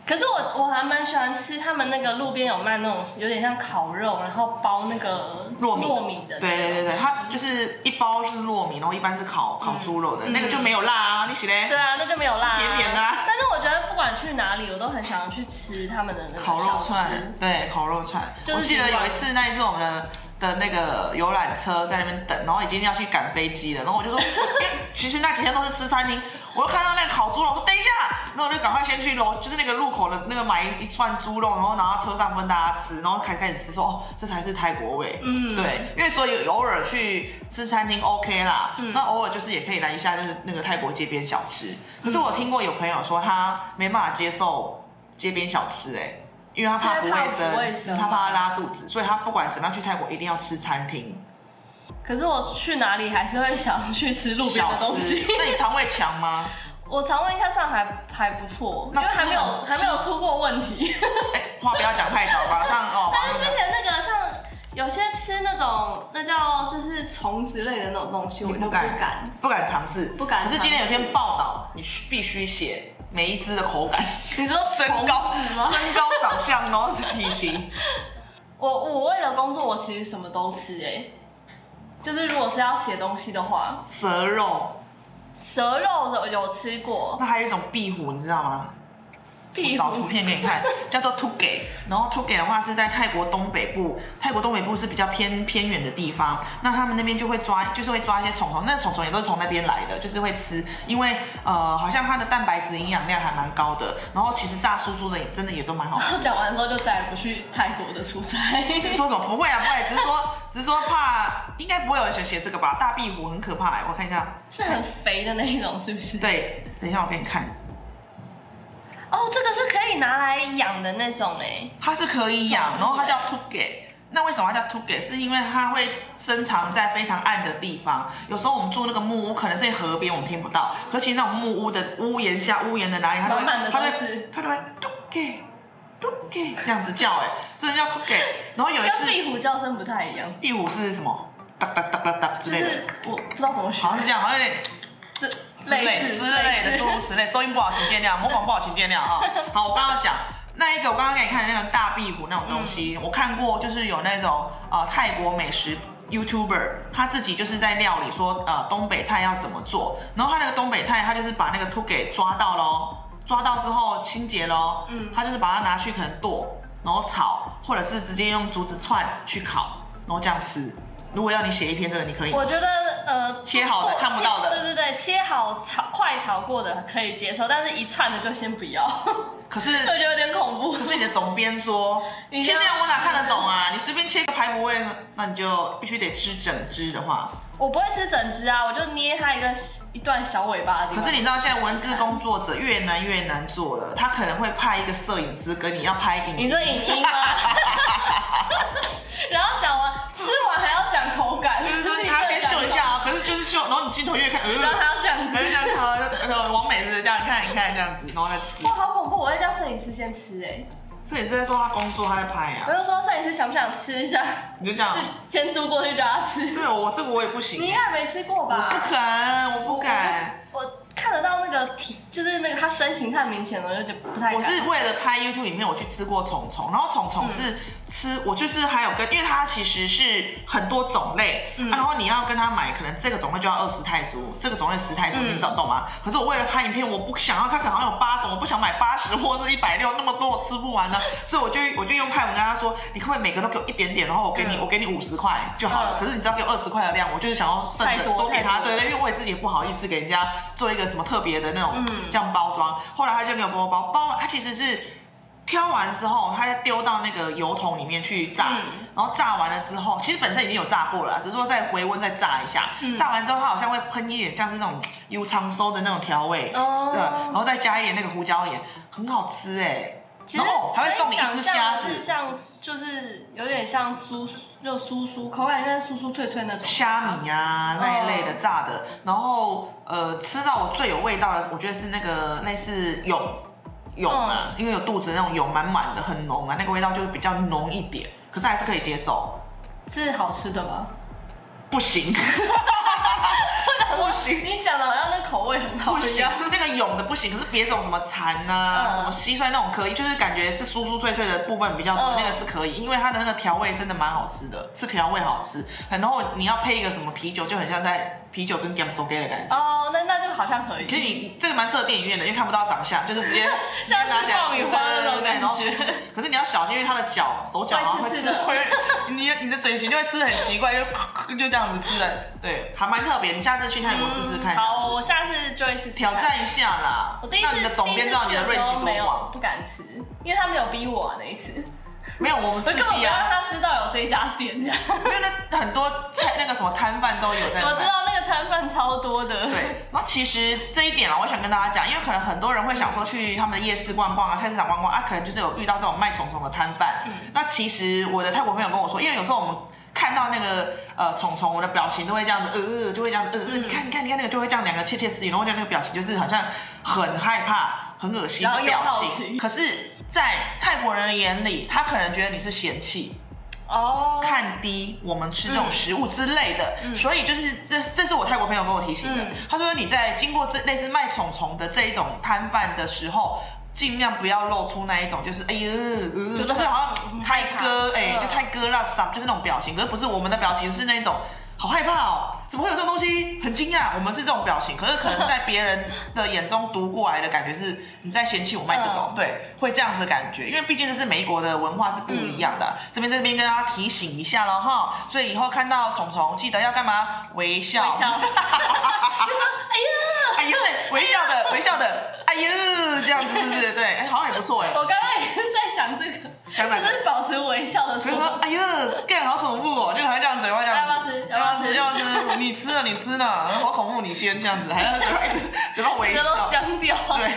[SPEAKER 3] 可是我我还蛮喜欢吃他们那个路边有卖那种有点像烤肉，然后包那个
[SPEAKER 2] 糯米
[SPEAKER 3] 的，
[SPEAKER 2] 对对对对，它就是一包是糯米，然后一般是烤烤猪肉的，
[SPEAKER 3] 嗯
[SPEAKER 2] 那个就没有辣啊，你洗嘞？
[SPEAKER 3] 对啊，那就没有辣、
[SPEAKER 2] 甜甜的啊
[SPEAKER 3] 但是我觉得不管去哪里，我都很想要去吃他们的那个
[SPEAKER 2] 烤肉
[SPEAKER 3] 小吃
[SPEAKER 2] 串，对，烤肉串。
[SPEAKER 3] 就是
[SPEAKER 2] 我记得
[SPEAKER 3] 习
[SPEAKER 2] 有
[SPEAKER 3] 惯
[SPEAKER 2] 一次，那一次我们的的那个游览车在那边等，然后已经要去赶飞机了，然后我就说， 因为其实那几天都是吃餐厅，我又看到那个烤猪肉，我说等一下，然后我就赶快先去楼，就是那个路口的那个买一串猪肉，然后拿到车上分大家吃，然后开开始吃说，哦，这才是泰国味。
[SPEAKER 3] 嗯，
[SPEAKER 2] 对，因为所以偶尔去吃餐厅 OK 啦，
[SPEAKER 3] 嗯
[SPEAKER 2] 那偶尔就是也可以来一下，就是那个泰国街边小吃。可是我听过有朋友说他没办法接受街边小吃、欸，哎，因为他怕不
[SPEAKER 3] 现在怕
[SPEAKER 2] 卫
[SPEAKER 3] 不卫
[SPEAKER 2] 生，
[SPEAKER 3] 生
[SPEAKER 2] 他怕他拉肚子，所以他不管怎么样去泰国一定要吃餐厅
[SPEAKER 3] 可是我去哪里还是会想去吃路边
[SPEAKER 2] 小
[SPEAKER 3] 的东
[SPEAKER 2] 吃
[SPEAKER 3] 西。。
[SPEAKER 2] 那你肠胃强吗？
[SPEAKER 3] 我肠胃应该算还还不错，
[SPEAKER 2] 那
[SPEAKER 3] 因为还没有
[SPEAKER 2] 吃很
[SPEAKER 3] 还没有出过问题。
[SPEAKER 2] 哎、话不要讲太早，马上 哦，马
[SPEAKER 3] 但
[SPEAKER 2] 上
[SPEAKER 3] 是
[SPEAKER 2] 讲
[SPEAKER 3] 之。前那个像有些吃那种那叫就是虫子类的那种东西，我
[SPEAKER 2] 你
[SPEAKER 3] 就不敢。
[SPEAKER 2] 不敢尝试，
[SPEAKER 3] 不敢
[SPEAKER 2] 可是今天有
[SPEAKER 3] 尝
[SPEAKER 2] 篇
[SPEAKER 3] 试
[SPEAKER 2] 报道，你需必须写每一只的口感、
[SPEAKER 3] 你说
[SPEAKER 2] 身
[SPEAKER 3] 虫
[SPEAKER 2] 高
[SPEAKER 3] 子吗？
[SPEAKER 2] 身高、长相，然后体型。
[SPEAKER 3] 我我为了工作，我其实什么都吃哎、就是如果是要写东西的话，
[SPEAKER 2] 蛇肉，
[SPEAKER 3] 蛇肉的有吃过，
[SPEAKER 2] 那还有一种壁虎，你知道吗？
[SPEAKER 3] 壁
[SPEAKER 2] 找图
[SPEAKER 3] 虎
[SPEAKER 2] 片给你看，叫做 t u g e 然后 t u g e 的话是在泰国东北部，泰国东北部是比较偏偏远的地方，那他们那边就会抓，就是会抓一些虫虫，那虫虫也都是从那边来的，就是会吃，因为呃好像它的蛋白质营养量还蛮高的，然后其实炸酥酥的也真的也都蛮好
[SPEAKER 3] 然
[SPEAKER 2] 吃
[SPEAKER 3] 后 讲完之后就再也不去泰国的出差。
[SPEAKER 2] 你说什么不会啊不会，只是说只是说怕应该不会有人写写这个吧？大壁虎很可怕、欸，我看一下，
[SPEAKER 3] 是很肥的那一种，是不是？。
[SPEAKER 2] 对，等一下我给你看，
[SPEAKER 3] 哦，这个是可以拿来养的那种哎、
[SPEAKER 2] 它是可以养，然后它叫 t u g e 那为什么它叫 t u g e 是因为它会深藏在非常暗的地方。有时候我们住那个木屋，可能是河边，我们听不到。可其实那种木屋的屋檐下、屋檐的哪里，它都会
[SPEAKER 3] 满满的，
[SPEAKER 2] 它都
[SPEAKER 3] 都
[SPEAKER 2] 会，
[SPEAKER 3] 是
[SPEAKER 2] 它都会 t u g e t u g e 这样子叫、哎，真的叫 t u g e 然后有一
[SPEAKER 3] 跟
[SPEAKER 2] 次，
[SPEAKER 3] 壁虎叫声不太一样，
[SPEAKER 2] 壁虎是什么？哒哒哒哒哒之
[SPEAKER 3] 就
[SPEAKER 2] 类的，
[SPEAKER 3] 是我不知道怎么学
[SPEAKER 2] 好，像是这样，好像有点。
[SPEAKER 3] 这
[SPEAKER 2] 之类
[SPEAKER 3] 似
[SPEAKER 2] 之类的诸如此类，收音不好请见谅，模仿不好请见谅 啊。好，我刚刚讲那一个，我刚刚给你看的那个大壁虎那种东
[SPEAKER 3] 嗯
[SPEAKER 2] 西，我看过，就是有那种呃泰国美食。YouTuber 他自己就是在料理说，呃，东北菜要怎么做，然后他那个东北菜，他就是把那个兔给抓到喽，抓到之后清洁喽，
[SPEAKER 3] 嗯
[SPEAKER 2] 他就是把它拿去可能剁，然后炒，或者是直接用竹子串去烤，然后这样吃。如果要你写一篇这个，你可以吗。
[SPEAKER 3] 我觉得呃，
[SPEAKER 2] 切好的
[SPEAKER 3] 剁
[SPEAKER 2] 看不到的
[SPEAKER 3] 切对对对，切好炒快炒过的可以接受，但是一串的就先不要，
[SPEAKER 2] 可是
[SPEAKER 3] 我觉得有点恐怖。
[SPEAKER 2] 可是你的总编说，
[SPEAKER 3] 你
[SPEAKER 2] 现在
[SPEAKER 3] 要
[SPEAKER 2] 我哪
[SPEAKER 3] 吃
[SPEAKER 2] 看得懂啊？你随便切个排骨味，那你就必须得吃整只的话。
[SPEAKER 3] 我不会吃整只啊，我就捏它一个一段小尾巴的地
[SPEAKER 2] 可
[SPEAKER 3] 方。
[SPEAKER 2] 是你知道现在文字工作者越难越难做了，他可能会派一个摄影师跟你要拍影。
[SPEAKER 3] 你说影 音吗？然后讲完吃完还要讲口感，
[SPEAKER 2] 就是
[SPEAKER 3] 吃
[SPEAKER 2] 说
[SPEAKER 3] 一
[SPEAKER 2] 他
[SPEAKER 3] 顿
[SPEAKER 2] 先
[SPEAKER 3] 讲口
[SPEAKER 2] 秀一下 啊，可是就是秀，然后你镜头越看，
[SPEAKER 3] 然后
[SPEAKER 2] 呃，
[SPEAKER 3] 还要这样
[SPEAKER 2] 还
[SPEAKER 3] 子
[SPEAKER 2] 有这。样看，呃，王美是这样看一看这样子，然后再吃
[SPEAKER 3] 哇，。好恐怖！我会叫摄影师先吃哎、
[SPEAKER 2] 摄影师在说他工作，他在拍
[SPEAKER 3] 我
[SPEAKER 2] 啊，
[SPEAKER 3] 就说摄影师想不想吃一下，
[SPEAKER 2] 你就这样
[SPEAKER 3] 就。监督过去叫他吃。
[SPEAKER 2] 对我这个我也不行，
[SPEAKER 3] 你应该没吃过
[SPEAKER 2] 我
[SPEAKER 3] 吧？
[SPEAKER 2] 不敢，我不敢。
[SPEAKER 3] 我我看得到那个体，就是那个它身形太明显了，我就觉得不太敢。嗯
[SPEAKER 2] 我是为了拍 YouTube 影片，我去吃过虫虫，然后虫虫是吃，我就是还有跟，因为它其实是很多种类，
[SPEAKER 3] 嗯
[SPEAKER 2] 啊然后你要跟它买，可能这个种类就要二十泰铢，这个种类十泰铢，
[SPEAKER 3] 嗯
[SPEAKER 2] 你懂懂吗？可是我为了拍影片，我不想要它可能好像有八种，我不想买八十或者一百六那么多，我吃不完了，所以我就我就用泰文跟他说，你可不可以每个都给我一点点，然后我给你、
[SPEAKER 3] 嗯
[SPEAKER 2] 我给你五十块就好了，
[SPEAKER 3] 嗯
[SPEAKER 2] 可是你只要给我二十块的量，我就是想要剩
[SPEAKER 3] 太
[SPEAKER 2] 的
[SPEAKER 3] 多
[SPEAKER 2] 都给他，
[SPEAKER 3] 太多
[SPEAKER 2] 对对，因为我也自己也不好意思给人家做一个什么特别的那种
[SPEAKER 3] 嗯
[SPEAKER 2] 这样包装。后来他就给我包包包完，他其实是挑完之后，他再丢到那个油桶里面去炸，
[SPEAKER 3] 嗯
[SPEAKER 2] 然后炸完了之后，其实本身已经有炸过了啦，只是说再回温再炸一下。
[SPEAKER 3] 嗯
[SPEAKER 2] 炸完之后，它好像会喷一点像是那种油长收的那种调味，
[SPEAKER 3] 哦
[SPEAKER 2] 对，啊然后再加一点那个胡椒盐，很好吃哎、
[SPEAKER 3] 其实
[SPEAKER 2] 然后还会送你一只虾
[SPEAKER 3] 可以想象的是
[SPEAKER 2] 子、
[SPEAKER 3] 像就是有点像酥就酥酥，口感像酥酥脆脆那种。
[SPEAKER 2] 虾米
[SPEAKER 3] 哦
[SPEAKER 2] 啊那一类的炸的，然后呃吃到我最有味道的，我觉得是那个类似蛹蛹啊，
[SPEAKER 3] 嗯
[SPEAKER 2] 因为有肚子那种蛹满满的很浓啊，那个味道就是比较浓一点，可是还是可以接受。
[SPEAKER 3] 是好吃的吗？
[SPEAKER 2] 不 行， 不行。
[SPEAKER 3] 你讲的好像那口味很好
[SPEAKER 2] 不
[SPEAKER 3] 一
[SPEAKER 2] 行
[SPEAKER 3] 样。，
[SPEAKER 2] 那个蛹的不行，可是别种什么蚕
[SPEAKER 3] 嗯
[SPEAKER 2] 啊、什么蟋蟀那种可以，就是感觉是酥酥脆脆的部分比较多，
[SPEAKER 3] 嗯
[SPEAKER 2] 那个是可以，因为它的那个调味真的蛮好吃的，是调味好吃。然后你要配一个什么啤酒，就很像在啤酒跟 g a m s o g a y 的感觉。
[SPEAKER 3] 哦，那那就好像可以。
[SPEAKER 2] 其实你这个蛮适合电影院的，因为看不到长相，就是直接直接
[SPEAKER 3] 像
[SPEAKER 2] 拿
[SPEAKER 3] 吃
[SPEAKER 2] 起来
[SPEAKER 3] 爆米
[SPEAKER 2] 吃，
[SPEAKER 3] 花那种
[SPEAKER 2] 对对对对，然后
[SPEAKER 3] 感觉。
[SPEAKER 2] 可是你要小心，因为它的脚、手脚好像会
[SPEAKER 3] 会
[SPEAKER 2] 吃
[SPEAKER 3] 刺刺的
[SPEAKER 2] 会，你你的嘴型就会吃得很奇怪，就 就这样子吃的，对，还蛮特别。你下次去泰国试试看，
[SPEAKER 3] 嗯好，我下次就会试试看
[SPEAKER 2] 挑。战一下啦
[SPEAKER 3] 我第一。次
[SPEAKER 2] 让你的总编知道你的
[SPEAKER 3] 第一次去
[SPEAKER 2] range
[SPEAKER 3] 时候
[SPEAKER 2] 多
[SPEAKER 3] 没有
[SPEAKER 2] 广。
[SPEAKER 3] 不敢吃，因为他没有逼我啊那一次，
[SPEAKER 2] 没有，我们
[SPEAKER 3] 我
[SPEAKER 2] 自
[SPEAKER 3] 根本不
[SPEAKER 2] 己
[SPEAKER 3] 要让
[SPEAKER 2] 啊，
[SPEAKER 3] 他知道有这一家店这样。
[SPEAKER 2] 因为那很多菜那个什么摊贩都有在卖。
[SPEAKER 3] 我知道那个摊贩超多的。
[SPEAKER 2] 对，然后其实这一点啊，我想跟大家讲，因为可能很多人会想说去他们的夜市逛逛啊、菜市场逛逛啊，可能就是有遇到这种卖虫虫的摊贩。
[SPEAKER 3] 嗯
[SPEAKER 2] 那其实我的泰国朋友跟我说，因为有时候我们看到那个呃虫虫，我的表情都会这样子，呃呃，就会这样子，呃呃，
[SPEAKER 3] 嗯
[SPEAKER 2] 你看你看你看那个，就会这样两个窃窃私语，然后这样那个表情就是好像很害怕、很恶心
[SPEAKER 3] 然后
[SPEAKER 2] 的
[SPEAKER 3] 又
[SPEAKER 2] 表
[SPEAKER 3] 好
[SPEAKER 2] 情。
[SPEAKER 3] 奇
[SPEAKER 2] 可是，在泰国人的眼里，他可能觉得你是嫌弃，
[SPEAKER 3] 哦，
[SPEAKER 2] 看低我们吃这种食物之类的，
[SPEAKER 3] 嗯
[SPEAKER 2] 所以就是这这是我泰国朋友跟我提醒的，
[SPEAKER 3] 嗯
[SPEAKER 2] 他说你在经过这类似卖虫虫的这一种摊贩的时候。尽量不要露出那一种，就是哎呦，呃、
[SPEAKER 3] 觉
[SPEAKER 2] 就
[SPEAKER 3] 得
[SPEAKER 2] 是好像
[SPEAKER 3] 很
[SPEAKER 2] 太
[SPEAKER 3] 害怕
[SPEAKER 2] 割哎、
[SPEAKER 3] 嗯
[SPEAKER 2] 就太割辣嗓，就是那种表情。可是不是我们的表情是那种好害怕哦，怎么会有这种东西？很惊讶，我们是这种表情。可是可能在别人的眼中读过来的感觉是你在嫌弃我卖这种，
[SPEAKER 3] 嗯
[SPEAKER 2] 对，会这样子的感觉。因为毕竟这是美国的文化是不一样的。样的。这边这边跟大家提醒一下了哈，所以以后看到虫虫记得要干嘛？微
[SPEAKER 3] 微
[SPEAKER 2] 笑。
[SPEAKER 3] 笑，就说哎
[SPEAKER 2] 哎呦，对，微笑的，微笑的，哎呦，这样子是不是？对，哎，好像也不错哎
[SPEAKER 3] 呀，。我刚刚也是在想这个，
[SPEAKER 2] 想哪个
[SPEAKER 3] 就是保持微笑的
[SPEAKER 2] 比
[SPEAKER 3] 说
[SPEAKER 2] 如。说，哎呦，干好恐怖哦，就好像这样嘴巴这样子，
[SPEAKER 3] 要不要吃
[SPEAKER 2] 要
[SPEAKER 3] 要
[SPEAKER 2] 不
[SPEAKER 3] 不
[SPEAKER 2] 要吃
[SPEAKER 3] 要吃，
[SPEAKER 2] 要不要吃，你吃了，你吃了，好恐怖，你先这样子，还要嘴巴嘴巴微
[SPEAKER 3] 这都
[SPEAKER 2] 笑。
[SPEAKER 3] 僵掉，
[SPEAKER 2] 对，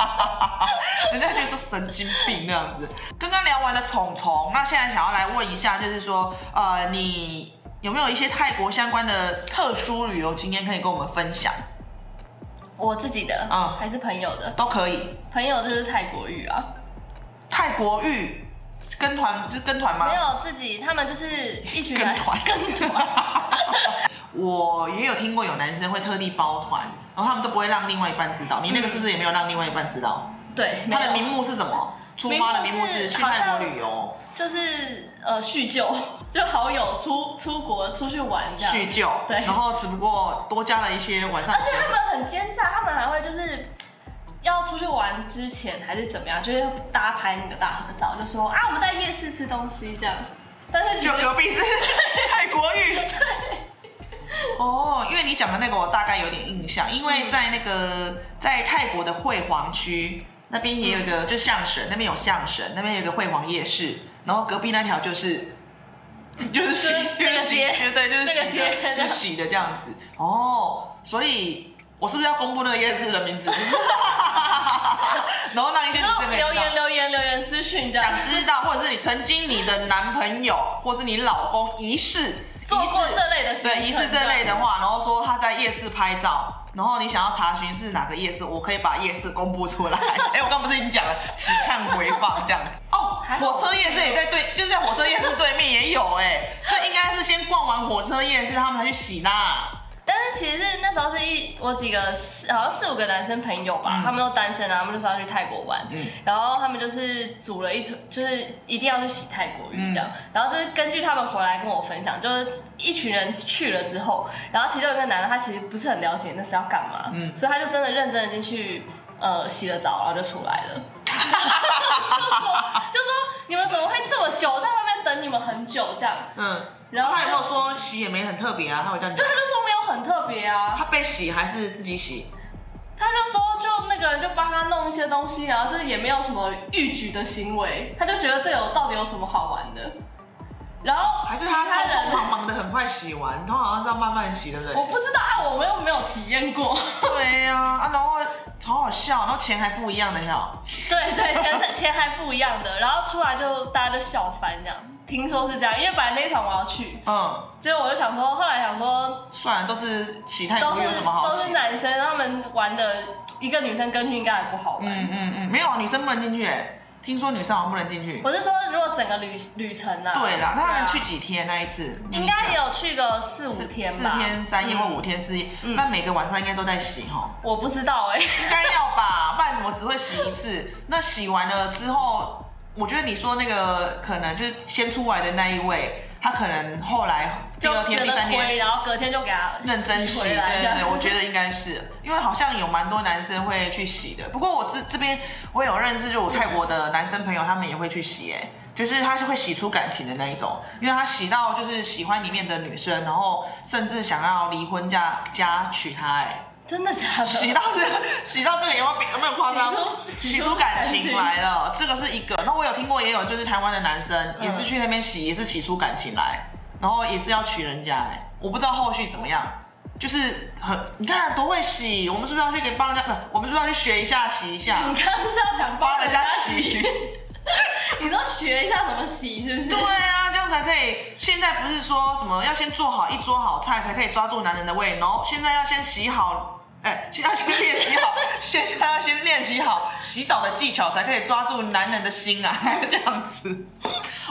[SPEAKER 2] 人家就说神经病那样子。刚刚聊完了虫虫，那现在想要来问一下，就是说，呃，你有没有一些泰国相关的特殊旅游经验可以跟我们分享？
[SPEAKER 3] 我自己的
[SPEAKER 2] 嗯
[SPEAKER 3] 还是朋友的，
[SPEAKER 2] 都可以。
[SPEAKER 3] 朋友就是泰国语啊，
[SPEAKER 2] 泰国浴跟团就跟团吗？
[SPEAKER 3] 没有自己，他们就是一群人
[SPEAKER 2] 啊跟团
[SPEAKER 3] 跟 团
[SPEAKER 2] 我也有听过有男生会特地包团，然后他们都不会让另外一半知道。你那个是不是也没有让另外一半知道？
[SPEAKER 3] 对，没
[SPEAKER 2] 他的
[SPEAKER 3] 有
[SPEAKER 2] 名目是什么？出发的名目是去泰国旅游
[SPEAKER 3] 就是呃叙旧，就好友出出国出去玩这样。
[SPEAKER 2] 叙旧，
[SPEAKER 3] 对
[SPEAKER 2] 然后只不过多加了一些晚上
[SPEAKER 3] 而。且他们很奸诈，他们还会就是要出去玩之前还是怎么样，就是要大家拍那个大合照，就说啊我们在夜市吃东西这样。但是其
[SPEAKER 2] 就
[SPEAKER 3] 实
[SPEAKER 2] 隔壁是 泰国浴。哦，因为你讲的那个我大概有点印象，因
[SPEAKER 3] 嗯
[SPEAKER 2] 为在那个在泰国的惠皇区那边也有一个，
[SPEAKER 3] 嗯
[SPEAKER 2] 就象神那边有象神，那边有一个惠皇夜市，然后隔壁那条就是。就是洗，就是
[SPEAKER 3] 那个
[SPEAKER 2] 洗
[SPEAKER 3] 街，
[SPEAKER 2] 对，就是
[SPEAKER 3] 那个
[SPEAKER 2] 洗的，
[SPEAKER 3] 街
[SPEAKER 2] 就是洗的这样子。哦，所以我是不是要公布那个夜市的名字？ 然后 让一些
[SPEAKER 3] 就
[SPEAKER 2] 女生
[SPEAKER 3] 是
[SPEAKER 2] 们知道
[SPEAKER 3] 留言留言留言私讯这样
[SPEAKER 2] 想。知道，或者是你曾经你的男朋友或是你老公疑似
[SPEAKER 3] 做过
[SPEAKER 2] 疑似
[SPEAKER 3] 这类的行
[SPEAKER 2] 对
[SPEAKER 3] 程
[SPEAKER 2] 疑似这类的话，然后说他在夜市拍照，然后你想要查询是哪个夜市，我可以把夜市公布出 来。哎，我刚不是已经讲了，请看回放这样子。哦
[SPEAKER 3] 还，好
[SPEAKER 2] 火车夜市也在对，就是在火车夜市对面也有哎，这应该是先逛完火车夜市，他们才去洗啦。
[SPEAKER 3] 但是其实是那时候是一我几个四好像四五个男生朋友吧，
[SPEAKER 2] 嗯
[SPEAKER 3] 他们都单身啊，他们就说要去泰国玩，
[SPEAKER 2] 嗯
[SPEAKER 3] 然后他们就是组了一团，就是一定要去洗泰国浴这样。
[SPEAKER 2] 嗯
[SPEAKER 3] 然后这是根据他们回来跟我分享，就是一群人去了之后，然后其中有一个男的他其实不是很了解那是要干嘛，
[SPEAKER 2] 嗯
[SPEAKER 3] 所以他就真的认真的进去呃洗了澡，然后就出来了。 就说就说你们怎么会这么久在外面等你们很久这样？
[SPEAKER 2] 嗯，然
[SPEAKER 3] 然
[SPEAKER 2] 后
[SPEAKER 3] 后
[SPEAKER 2] 他有没有说洗也没很特别啊？他有这样
[SPEAKER 3] 对，
[SPEAKER 2] 讲
[SPEAKER 3] 他。就说没有很特别啊，
[SPEAKER 2] 他被洗还是自己洗？
[SPEAKER 3] 他就说，就那个人就帮他弄一些东西，然后就是也没有什么逾矩的行为，他就觉得这有到底有什么好玩的。然后
[SPEAKER 2] 还是
[SPEAKER 3] 其
[SPEAKER 2] 他
[SPEAKER 3] 他
[SPEAKER 2] 匆匆
[SPEAKER 3] 人，
[SPEAKER 2] 忙忙的很快洗完，他好像是要慢慢洗，对不对？
[SPEAKER 3] 我不知道啊，我们又没有体验过。
[SPEAKER 2] 哦对呀、啊，然后好好笑，然后钱还不一样的要，
[SPEAKER 3] 对对，钱钱还不一样的，然后出来就大家就笑翻这样。听说是这样，因为本来那一场我要去，
[SPEAKER 2] 嗯，
[SPEAKER 3] 结果我就想说，后来想说
[SPEAKER 2] 算了，都是洗泰
[SPEAKER 3] 都
[SPEAKER 2] 国有
[SPEAKER 3] 是
[SPEAKER 2] 什么好
[SPEAKER 3] 都是
[SPEAKER 2] 洗？
[SPEAKER 3] 男生，他们玩的一个女生跟去应该还不好玩。
[SPEAKER 2] 嗯嗯嗯，没有，女生不能进去哎，听说女生好像不能进去。
[SPEAKER 3] 我是说，如果整个旅旅程啊，
[SPEAKER 2] 对啦，那他
[SPEAKER 3] 对啊
[SPEAKER 2] 们去几天那一次？
[SPEAKER 3] 应该也有去个四五
[SPEAKER 2] 四
[SPEAKER 3] 天
[SPEAKER 2] 四
[SPEAKER 3] 吧，
[SPEAKER 2] 天三夜或五天四夜，
[SPEAKER 3] 嗯
[SPEAKER 2] 那每个晚上应该都在洗哈。
[SPEAKER 3] 我不知道哎、
[SPEAKER 2] 应该要吧， 不然怎么只会洗一次？那洗完了之后，我觉得你说那个可能就是先出来的那一位，他可能后来第
[SPEAKER 3] 就
[SPEAKER 2] 二天、
[SPEAKER 3] 觉
[SPEAKER 2] 第
[SPEAKER 3] 得
[SPEAKER 2] 三
[SPEAKER 3] 亏，
[SPEAKER 2] 天
[SPEAKER 3] 然后隔天就给他
[SPEAKER 2] 认真洗，
[SPEAKER 3] 回
[SPEAKER 2] 对
[SPEAKER 3] 来。
[SPEAKER 2] 对对，我觉
[SPEAKER 3] 得
[SPEAKER 2] 得应该是，因为好像有蛮多男生会去洗的。不过我这这边我有认识，就我泰国的男生朋友，他们也会去洗、哎。就是他是会洗出感情的那一种，因为他洗到就是喜欢里面的女生，然后甚至想要离婚嫁嫁娶她、哎，
[SPEAKER 3] 真的假的？
[SPEAKER 2] 洗到这个，洗到这个有没有比有没有夸张
[SPEAKER 3] 洗出？
[SPEAKER 2] 洗
[SPEAKER 3] 洗
[SPEAKER 2] 出
[SPEAKER 3] 出
[SPEAKER 2] 感
[SPEAKER 3] 感
[SPEAKER 2] 情
[SPEAKER 3] 情
[SPEAKER 2] 来了，这个是一个。那我有听过，也有就是台湾的男生
[SPEAKER 3] 嗯
[SPEAKER 2] 也是去那边洗，也是洗出感情来，然后也是要娶人家、哎，我不知道后续怎么样。就是很，你看多会洗，我们是不是要去给帮人家？不，我们是不是要去学一下洗一下
[SPEAKER 3] 你，刚刚是要讲
[SPEAKER 2] 帮人家
[SPEAKER 3] 洗
[SPEAKER 2] 洗？？
[SPEAKER 3] 你都学一下怎么洗是不是？
[SPEAKER 2] 对啊，这样才可以。现在不是说什么要先做好一桌好菜，才可以抓住男人的胃，然后现在要先洗好，哎、先要先练习好，现在要先练习好洗澡的技巧，才可以抓住男人的心啊， 这样子。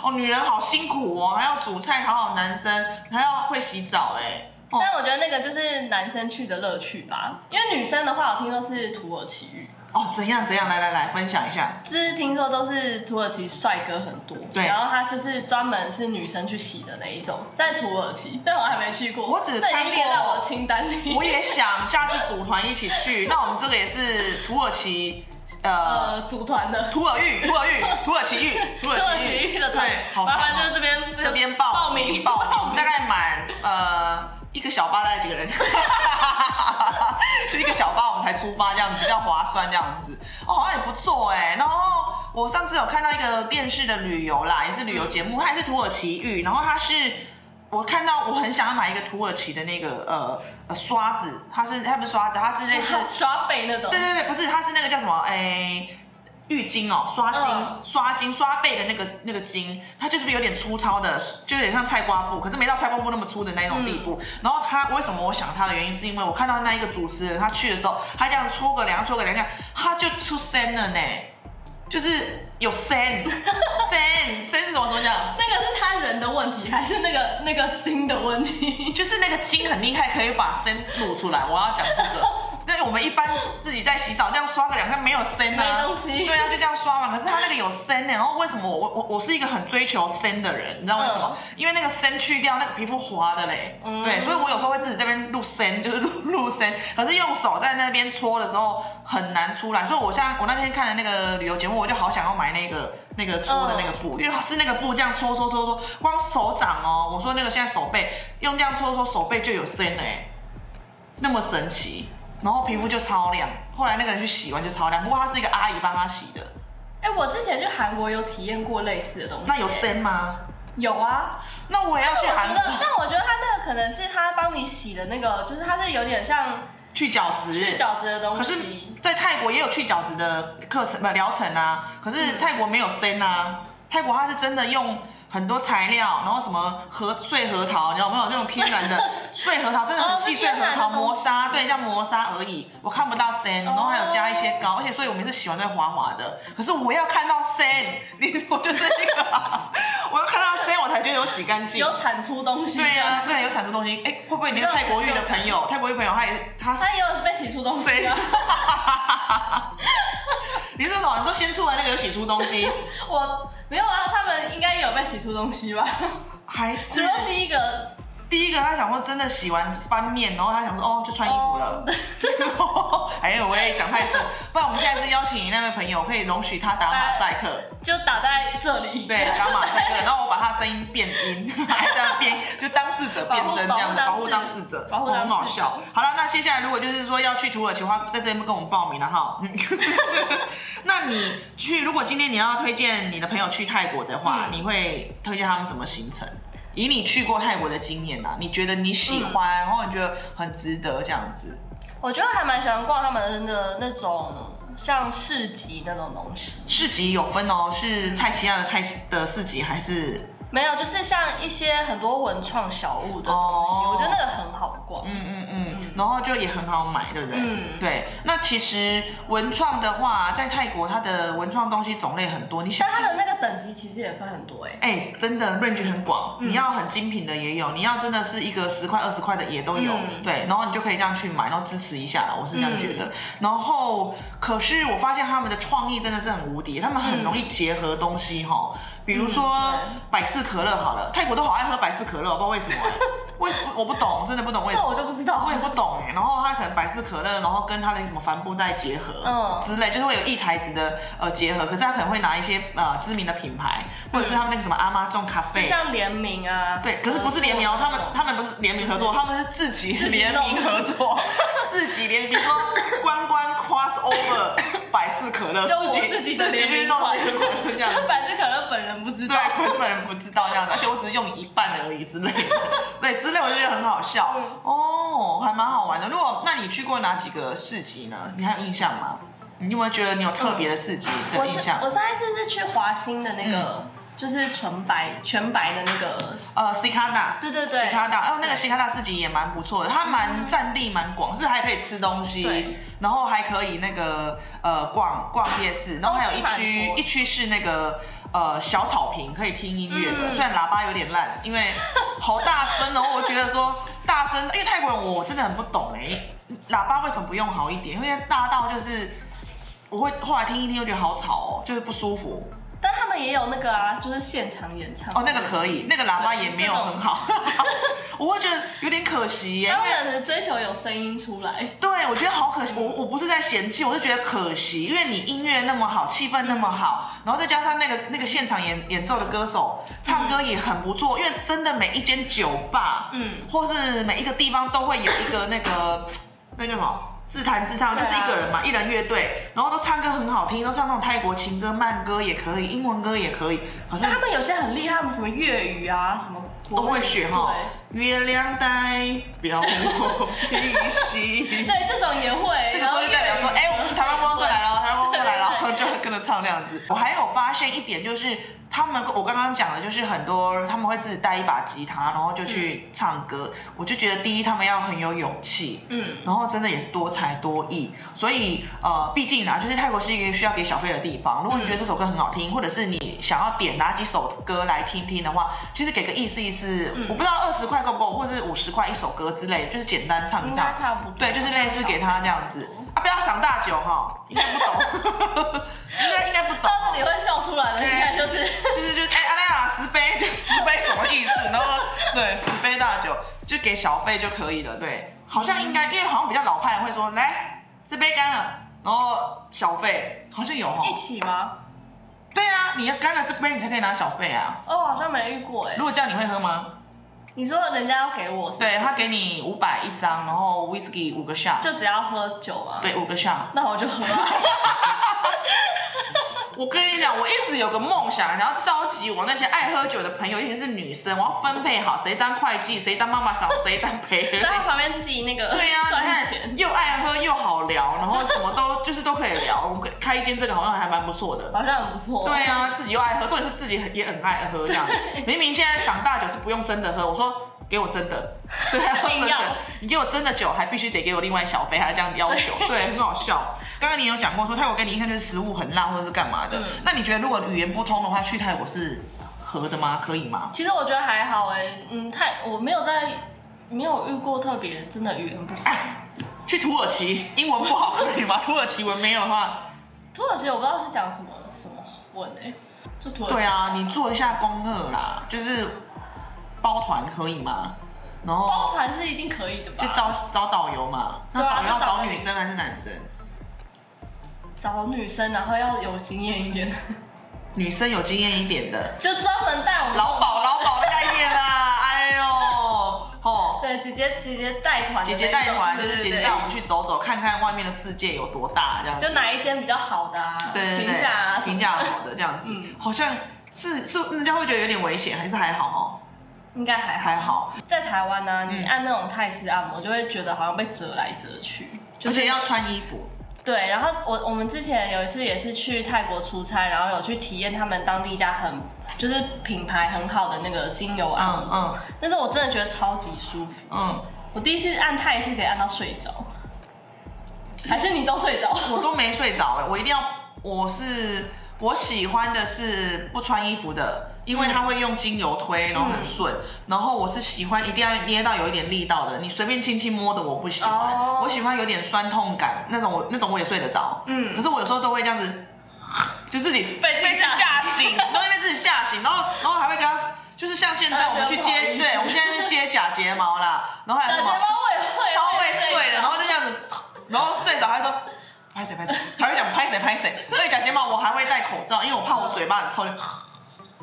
[SPEAKER 2] 哦，女人好辛苦哦，还要煮菜讨好男生，还要会洗澡哎、哦
[SPEAKER 3] 但我觉得那个就是男生去的乐趣吧，因为女生的话，我听说是土耳其浴，
[SPEAKER 2] 哦，怎样怎样，来来来，分享一下。
[SPEAKER 3] 就是听说都是土耳其帅哥很多，
[SPEAKER 2] 对
[SPEAKER 3] 然后他就是专门是女生去洗的那一种，在土耳其，但我还没去过，
[SPEAKER 2] 我只
[SPEAKER 3] 这已
[SPEAKER 2] 看
[SPEAKER 3] 经列
[SPEAKER 2] 过
[SPEAKER 3] 到我清单里。
[SPEAKER 2] 我也想下次组团一起去，那我们这个也是土耳其，呃
[SPEAKER 3] 呃组团的
[SPEAKER 2] 土耳玉，土耳 玉，土耳其玉，土
[SPEAKER 3] 土耳
[SPEAKER 2] 耳
[SPEAKER 3] 其
[SPEAKER 2] 其
[SPEAKER 3] 浴
[SPEAKER 2] 玉
[SPEAKER 3] 的团
[SPEAKER 2] 对，，好
[SPEAKER 3] 麻
[SPEAKER 2] 长
[SPEAKER 3] 烦就是
[SPEAKER 2] 哦。
[SPEAKER 3] 这边
[SPEAKER 2] 这边报
[SPEAKER 3] 报名
[SPEAKER 2] 报名，大概满呃一个小巴大概几个人， 就一个小巴我们才出发这样子，比较划算这样子，哦好像也不错哎。然后我上次有看到一个电视的旅游啦，也是旅游节
[SPEAKER 3] 嗯
[SPEAKER 2] 目，它也是土耳其浴，然后它是。我看到我很想要买一个土耳其的那个呃呃刷子，它是它不是刷子，它是类似
[SPEAKER 3] 刷刷背那种
[SPEAKER 2] 对，对对，不是，它是那个叫什么？哎、浴巾哦，刷巾、
[SPEAKER 3] 嗯
[SPEAKER 2] 刷巾、刷背的那个那个巾，它就是有点粗糙的，就有点像菜瓜布，可是没到菜瓜布那么粗的那种地
[SPEAKER 3] 嗯
[SPEAKER 2] 步。然后他为什么我想他的原因，是因为我看到那一个主持人他去的时候，他这样搓个凉、搓个凉，这样他就出声了呢，就是有声声声是什么怎么讲？
[SPEAKER 3] 那个是他人的问题，还是那个那个筋的问 题？
[SPEAKER 2] 就是那个筋很厉害，可以把声露出来。我要讲这 个，因为我们一般自己在洗澡这样刷个两下没有声啊，
[SPEAKER 3] 没东西
[SPEAKER 2] 对啊，就这样刷嘛。可是他那个有声呢、然后为什么我我我我是一个很追求声的人，你知道为什么？因为那个声去掉，那个皮肤滑的嘞，
[SPEAKER 3] 嗯
[SPEAKER 2] 对，所以我有时候会自己这边录声， 就是录录声，可是用手在那边搓的时候很难出来。所以我现在我那天看的那个旅游节目，我就好想要买那个那个搓的那个布，因为是那个布这样搓搓搓搓，光手掌哦，我说那个现在手背用这样搓搓手背就有声了哎，那么神奇，然后皮肤就超亮。后来那个人去洗完就超亮，不过他是一个阿姨帮他洗的，
[SPEAKER 3] 哎、我之前去韩国有体验过类似的东西。
[SPEAKER 2] 那有声吗？
[SPEAKER 3] 有啊，
[SPEAKER 2] 那我也要去
[SPEAKER 3] 但我觉
[SPEAKER 2] 韩
[SPEAKER 3] 得，
[SPEAKER 2] 国
[SPEAKER 3] 但我觉得他这个可能是他帮你洗的那个，就是它是有点像
[SPEAKER 2] 去角质，
[SPEAKER 3] 饺子的东
[SPEAKER 2] 可是
[SPEAKER 3] 西。，
[SPEAKER 2] 在泰国也有去角质的课程不疗程啊，可是
[SPEAKER 3] 嗯
[SPEAKER 2] 泰国没有生啊，泰国它是真的用很多材料，然后什么核碎核桃，你有没有那种天然 的碎核桃，真的很细碎
[SPEAKER 3] 哦是天
[SPEAKER 2] 核
[SPEAKER 3] 然的
[SPEAKER 2] 桃
[SPEAKER 3] 东西哦
[SPEAKER 2] 磨砂，对，叫磨砂而已，我看不到生，然后还有加一些膏，而且所以我们是喜欢在滑滑的，可是我要看到生， 你我就是那个， 我要看到生我才觉得有洗干净。
[SPEAKER 3] 有产出东西，
[SPEAKER 2] 对啊，
[SPEAKER 3] 这
[SPEAKER 2] 对，
[SPEAKER 3] 样
[SPEAKER 2] 有产出东西，哎，会不会你那个泰国浴的朋友，泰国浴朋友他也是他是
[SPEAKER 3] 他也有被洗 出东西
[SPEAKER 2] 谁
[SPEAKER 3] 啊。
[SPEAKER 2] 你是什么？你都先出来那个有洗出东西，
[SPEAKER 3] 我没有啊，他们应该也有被洗出东西吧？
[SPEAKER 2] 还
[SPEAKER 3] 除
[SPEAKER 2] 是
[SPEAKER 3] 了第一个，
[SPEAKER 2] 第一个他想说真的洗完翻面，然后他想说哦就穿衣服了。 哎呦喂，讲太深，不然我们现在是邀请你那位朋友，可以容许他打马赛克，
[SPEAKER 3] 就打在这里。
[SPEAKER 2] 对，打马赛克，然后我把他的声音变音， 还在那变，就当事者变身这样子，保
[SPEAKER 3] 保
[SPEAKER 2] 护
[SPEAKER 3] 护
[SPEAKER 2] 当
[SPEAKER 3] 当
[SPEAKER 2] 事
[SPEAKER 3] 事
[SPEAKER 2] 者
[SPEAKER 3] 者，
[SPEAKER 2] 哦很
[SPEAKER 3] 保护
[SPEAKER 2] 好
[SPEAKER 3] 当事者
[SPEAKER 2] 笑。好了，那接下来如果就是说要去土耳其的话，在这边跟我们报名了哈。 嗯那你去，如果今天你要推荐你的朋友去泰国的话，
[SPEAKER 3] 嗯
[SPEAKER 2] 你会推荐他们什么行程？以你去过泰国的经验啊，你觉得你喜欢，然后你觉得很值得这样子？
[SPEAKER 3] 我觉得还蛮喜欢逛他们的那种像市集那种东西，
[SPEAKER 2] 市集有分哦，是蔡奇亚的蔡的市集还是？
[SPEAKER 3] 没有，就是像一些很多文创小物的东西，
[SPEAKER 2] 哦
[SPEAKER 3] 我觉得那个很好逛。
[SPEAKER 2] 嗯嗯嗯
[SPEAKER 3] 嗯，
[SPEAKER 2] 然后就也很好买，对不对？
[SPEAKER 3] 嗯
[SPEAKER 2] 对。那其实文创的话，在泰国它的文创东西种类很多，你想
[SPEAKER 3] 但。它的那个等级其实也分很多哎、
[SPEAKER 2] 哎、真的 range 很广，
[SPEAKER 3] 嗯
[SPEAKER 2] 你要很精品的也有，你要真的是一个十块二十块的也都有，
[SPEAKER 3] 嗯
[SPEAKER 2] 对，然后你就可以这样去买，然后支持一下啦，我是这样觉得。然后，可是我发现他们的创意真的是很无敌，他们很容易结合东西哈，比如说
[SPEAKER 3] 嗯对
[SPEAKER 2] 百事可乐好了，泰国都好爱喝百事可乐，我不知道为什么、哎为什么我不懂，真的不懂为什
[SPEAKER 3] 这
[SPEAKER 2] 么
[SPEAKER 3] 我。就不知道。
[SPEAKER 2] 我也不懂哎，然后它可能百事可乐，然后跟它的什么帆布袋结合，
[SPEAKER 3] 嗯
[SPEAKER 2] 之类，就是会有异材质的呃结合。可是它可能会拿一些呃知名的品牌，或者是他们那个什么阿妈种咖
[SPEAKER 3] 就
[SPEAKER 2] 啡，
[SPEAKER 3] 嗯像联名啊，呃
[SPEAKER 2] 对，可是不是联名哦，他们他们不是联名合作，他们是自己联名合 作，自己联名，比如说关关 cross over 百事可乐，
[SPEAKER 3] 就我
[SPEAKER 2] 己
[SPEAKER 3] 自己
[SPEAKER 2] 自
[SPEAKER 3] 的
[SPEAKER 2] 己
[SPEAKER 3] 联
[SPEAKER 2] 去
[SPEAKER 3] 名
[SPEAKER 2] 弄
[SPEAKER 3] 款。
[SPEAKER 2] 这个这样子，
[SPEAKER 3] 百事可乐本人不知道
[SPEAKER 2] 对，。可是本人不知道这样子，而且我只是用一半而已之类 的，对，之类我就觉得很好笑、
[SPEAKER 3] 嗯
[SPEAKER 2] 哦，还蛮好玩的。如果那你去过哪几个市集呢？你还有印象吗？你有没有觉得你有特别的市集的
[SPEAKER 3] 我
[SPEAKER 2] 印
[SPEAKER 3] 是
[SPEAKER 2] 象？
[SPEAKER 3] 我上一次是去华兴的那个，
[SPEAKER 2] 嗯
[SPEAKER 3] 就是纯白全白的那个，
[SPEAKER 2] 呃，西卡达，
[SPEAKER 3] 对对对
[SPEAKER 2] 西卡达，哦，那个
[SPEAKER 3] 对
[SPEAKER 2] 西卡达市集也蛮不错的，它蛮
[SPEAKER 3] 嗯
[SPEAKER 2] 占地蛮广，是还可以吃东西
[SPEAKER 3] 对，
[SPEAKER 2] 然后还可以那个呃逛逛夜市，然后还有一
[SPEAKER 3] 东西哦蛮
[SPEAKER 2] 区
[SPEAKER 3] 多
[SPEAKER 2] 一区是那个呃小草坪，可以听音乐的，
[SPEAKER 3] 嗯
[SPEAKER 2] 虽然喇叭有点烂，因 为好大声哦，我觉得说大声，因为泰国人我真的很不懂哎，喇叭为什么不用好一点？因为大到就是我会后来听一听，又觉得好吵哦，就是不舒服。
[SPEAKER 3] 但他们也有那个啊，就是现场演唱。
[SPEAKER 2] 哦，那个可以，那个喇叭也没有
[SPEAKER 3] 那种
[SPEAKER 2] 很好， 我会觉得有点可惜耶。因
[SPEAKER 3] 他
[SPEAKER 2] 为
[SPEAKER 3] 们只追求有声音出来。
[SPEAKER 2] 对，我觉得好可惜，我我不是在嫌弃，我是觉得可惜，因为你音乐那么好，气氛那么好，然后再加上那个那个现场演演奏的歌手唱歌也很不错，因为真的每一间酒吧，
[SPEAKER 3] 嗯，
[SPEAKER 2] 或是每一个地方都会有一个那个那个什么。自弹自唱就
[SPEAKER 3] 对啊
[SPEAKER 2] 是一个人嘛，一人乐队，然后都唱歌很好听，都唱那种泰国情歌、慢歌也可以，英文歌也可以。可是
[SPEAKER 3] 但他们有些很厉害，他们什么粤语啊，什么国
[SPEAKER 2] 都
[SPEAKER 3] 语
[SPEAKER 2] 会学哈。月亮代表我平
[SPEAKER 3] 对，
[SPEAKER 2] 息。
[SPEAKER 3] 对，这种也会。
[SPEAKER 2] 这个时候就代表说，
[SPEAKER 3] 然后粤
[SPEAKER 2] 哎、
[SPEAKER 3] 语
[SPEAKER 2] 我们台湾观光客来了，台湾观光客来了，
[SPEAKER 3] 对对
[SPEAKER 2] 就
[SPEAKER 3] 对
[SPEAKER 2] 很跟着唱这样子。我还有发现一点就是，他们我刚刚讲的就是很多他们会自己带一把吉他，然后就去唱歌。我就觉得第一他们要很有勇气，
[SPEAKER 3] 嗯，
[SPEAKER 2] 然后真的也是多才多艺，所以呃，毕竟啊，就是泰国是一个需要给小费的地方。如果你觉得这首歌很好听，或者是你想要点哪几首歌来听听的话，其实给个意思意思，
[SPEAKER 3] 嗯
[SPEAKER 2] 我不知道二十块够不够，或者是五十块一首歌之类，就是简单唱一
[SPEAKER 3] 应
[SPEAKER 2] 唱
[SPEAKER 3] 该。差不多。
[SPEAKER 2] 对，就是类似给他这样子啊，不要赏大酒哈，应该不懂， 应该应该不懂
[SPEAKER 3] 到。这里会笑出来的，应该就是。
[SPEAKER 2] 就是就是哎，阿莱雅十杯，就十杯什么意思？然后对，十杯大酒就给小费就可以了。对，好像应该，因为好像比较老派人会说，来这杯干了，然后小费好像有哈
[SPEAKER 3] 一。起吗？
[SPEAKER 2] 对啊，你要干了这杯，你才可以拿小费啊。
[SPEAKER 3] 哦，我好像没遇过哎
[SPEAKER 2] 如。果这样你会喝吗？
[SPEAKER 3] 你说人家要给我是不是，
[SPEAKER 2] 对他给你五百一张，然后 whisky 五个 shot，
[SPEAKER 3] 就只要喝酒吗？，
[SPEAKER 2] 对，五个 shot。
[SPEAKER 3] 那我 就喝啊。
[SPEAKER 2] 我跟你讲，我一直有个梦想，然后召集我那些爱喝酒的朋友，尤其是女生，我要分配好谁当会计，谁当妈妈桑，谁当陪 喝，谁
[SPEAKER 3] 在他旁边记那个
[SPEAKER 2] 对 呀、你
[SPEAKER 3] 算
[SPEAKER 2] 看
[SPEAKER 3] 钱，
[SPEAKER 2] 又爱喝又好聊，然后什么都 就是都可以聊。我们可以开一间这个好像还蛮不错的。
[SPEAKER 3] 好像很不错。
[SPEAKER 2] 对啊，自己又爱喝，重点是自己很也很爱喝这样。明明现在赏大酒是不用真的喝，我说给我真 的，对啊，
[SPEAKER 3] 硬
[SPEAKER 2] 真
[SPEAKER 3] 要
[SPEAKER 2] 的，你给我真的酒，还必须得给我另外小费，还这样要求， 对，很好笑。刚刚你有讲过说泰国给你印象就是食物很辣或者是干嘛的，
[SPEAKER 3] 嗯
[SPEAKER 2] 那你觉得如果语言不通的话，去泰国是合的吗？可以吗？
[SPEAKER 3] 其实我觉得还好哎、嗯，太我没有在没有遇过特别真的语言不通。
[SPEAKER 2] 哎，去土耳其英文不好可以吗？土耳其文没有的话。
[SPEAKER 3] 土耳其我不知道是讲什么什么文哎、就土耳其。
[SPEAKER 2] 对啊，你做一下功课啦，就是包团可以吗？然
[SPEAKER 3] 包
[SPEAKER 2] 后
[SPEAKER 3] 团是一定可以的吧？
[SPEAKER 2] 就招招导游嘛，那
[SPEAKER 3] 对啊
[SPEAKER 2] 导游要
[SPEAKER 3] 就找
[SPEAKER 2] 找
[SPEAKER 3] 你
[SPEAKER 2] 女生还是男生？
[SPEAKER 3] 找女生，然后要有经验一点，
[SPEAKER 2] 女生有经验一点的，
[SPEAKER 3] 就专门带我们
[SPEAKER 2] 劳保劳保的概念 啦，哎呦，哦，
[SPEAKER 3] 对姐姐姐姐带团的那
[SPEAKER 2] 姐
[SPEAKER 3] 种，
[SPEAKER 2] 姐带团就
[SPEAKER 3] 对
[SPEAKER 2] 是
[SPEAKER 3] 对
[SPEAKER 2] 姐姐
[SPEAKER 3] 对
[SPEAKER 2] 带我们去走走，看看外面的世界有多大这样子
[SPEAKER 3] 就，哪一间比较好的啊？
[SPEAKER 2] 对对对，
[SPEAKER 3] 评价啊，
[SPEAKER 2] 评价好的这样子
[SPEAKER 3] 嗯，
[SPEAKER 2] 好像是是人家会觉得有点危险，还是还好
[SPEAKER 3] 应该还
[SPEAKER 2] 哦，
[SPEAKER 3] 好。
[SPEAKER 2] 还好，
[SPEAKER 3] 在台湾呢、
[SPEAKER 2] 嗯
[SPEAKER 3] 你按那种泰式按摩，就会觉得好像被折来折去，就
[SPEAKER 2] 而
[SPEAKER 3] 是
[SPEAKER 2] 且要穿衣服，
[SPEAKER 3] 对。然后我我们之前有一次也是去泰国出差，然后有去体验他们当地一家很就是品牌很好的那个精油啊按摩，
[SPEAKER 2] 嗯
[SPEAKER 3] 但是我真的觉得超级舒服。
[SPEAKER 2] 嗯嗯。
[SPEAKER 3] 我第一次按泰式可以按到睡 着，还是你都睡着？
[SPEAKER 2] 我都没睡着哎、我一定要，我是我喜欢的是不穿衣服的，因
[SPEAKER 3] 嗯
[SPEAKER 2] 为它会用精油推，然后很顺。然后我是喜欢一定要捏到有一点力道的，你随便轻轻摸的我不喜欢，
[SPEAKER 3] 哦
[SPEAKER 2] 我喜欢有点酸痛感那种我，那种我也睡得着。
[SPEAKER 3] 嗯
[SPEAKER 2] 可是我有时候都会这样子，就自己
[SPEAKER 3] 被自己
[SPEAKER 2] 吓
[SPEAKER 3] 吓
[SPEAKER 2] 醒
[SPEAKER 3] 醒，
[SPEAKER 2] 都会被自己吓醒，然后然后还会跟他。就是像现在我们去
[SPEAKER 3] 啊觉
[SPEAKER 2] 接，
[SPEAKER 3] 得不好意思
[SPEAKER 2] 对，我们现在去接假睫毛啦，然后还有
[SPEAKER 3] 小
[SPEAKER 2] 什
[SPEAKER 3] 睫
[SPEAKER 2] 么？
[SPEAKER 3] 毛我也会，
[SPEAKER 2] 超会
[SPEAKER 3] 我也
[SPEAKER 2] 睡的，
[SPEAKER 3] 着
[SPEAKER 2] 然后就这样子，然后睡着还说拍谁拍谁，还会讲拍谁拍谁。那个假睫毛我还会戴口罩，因为我怕我嘴巴很臭，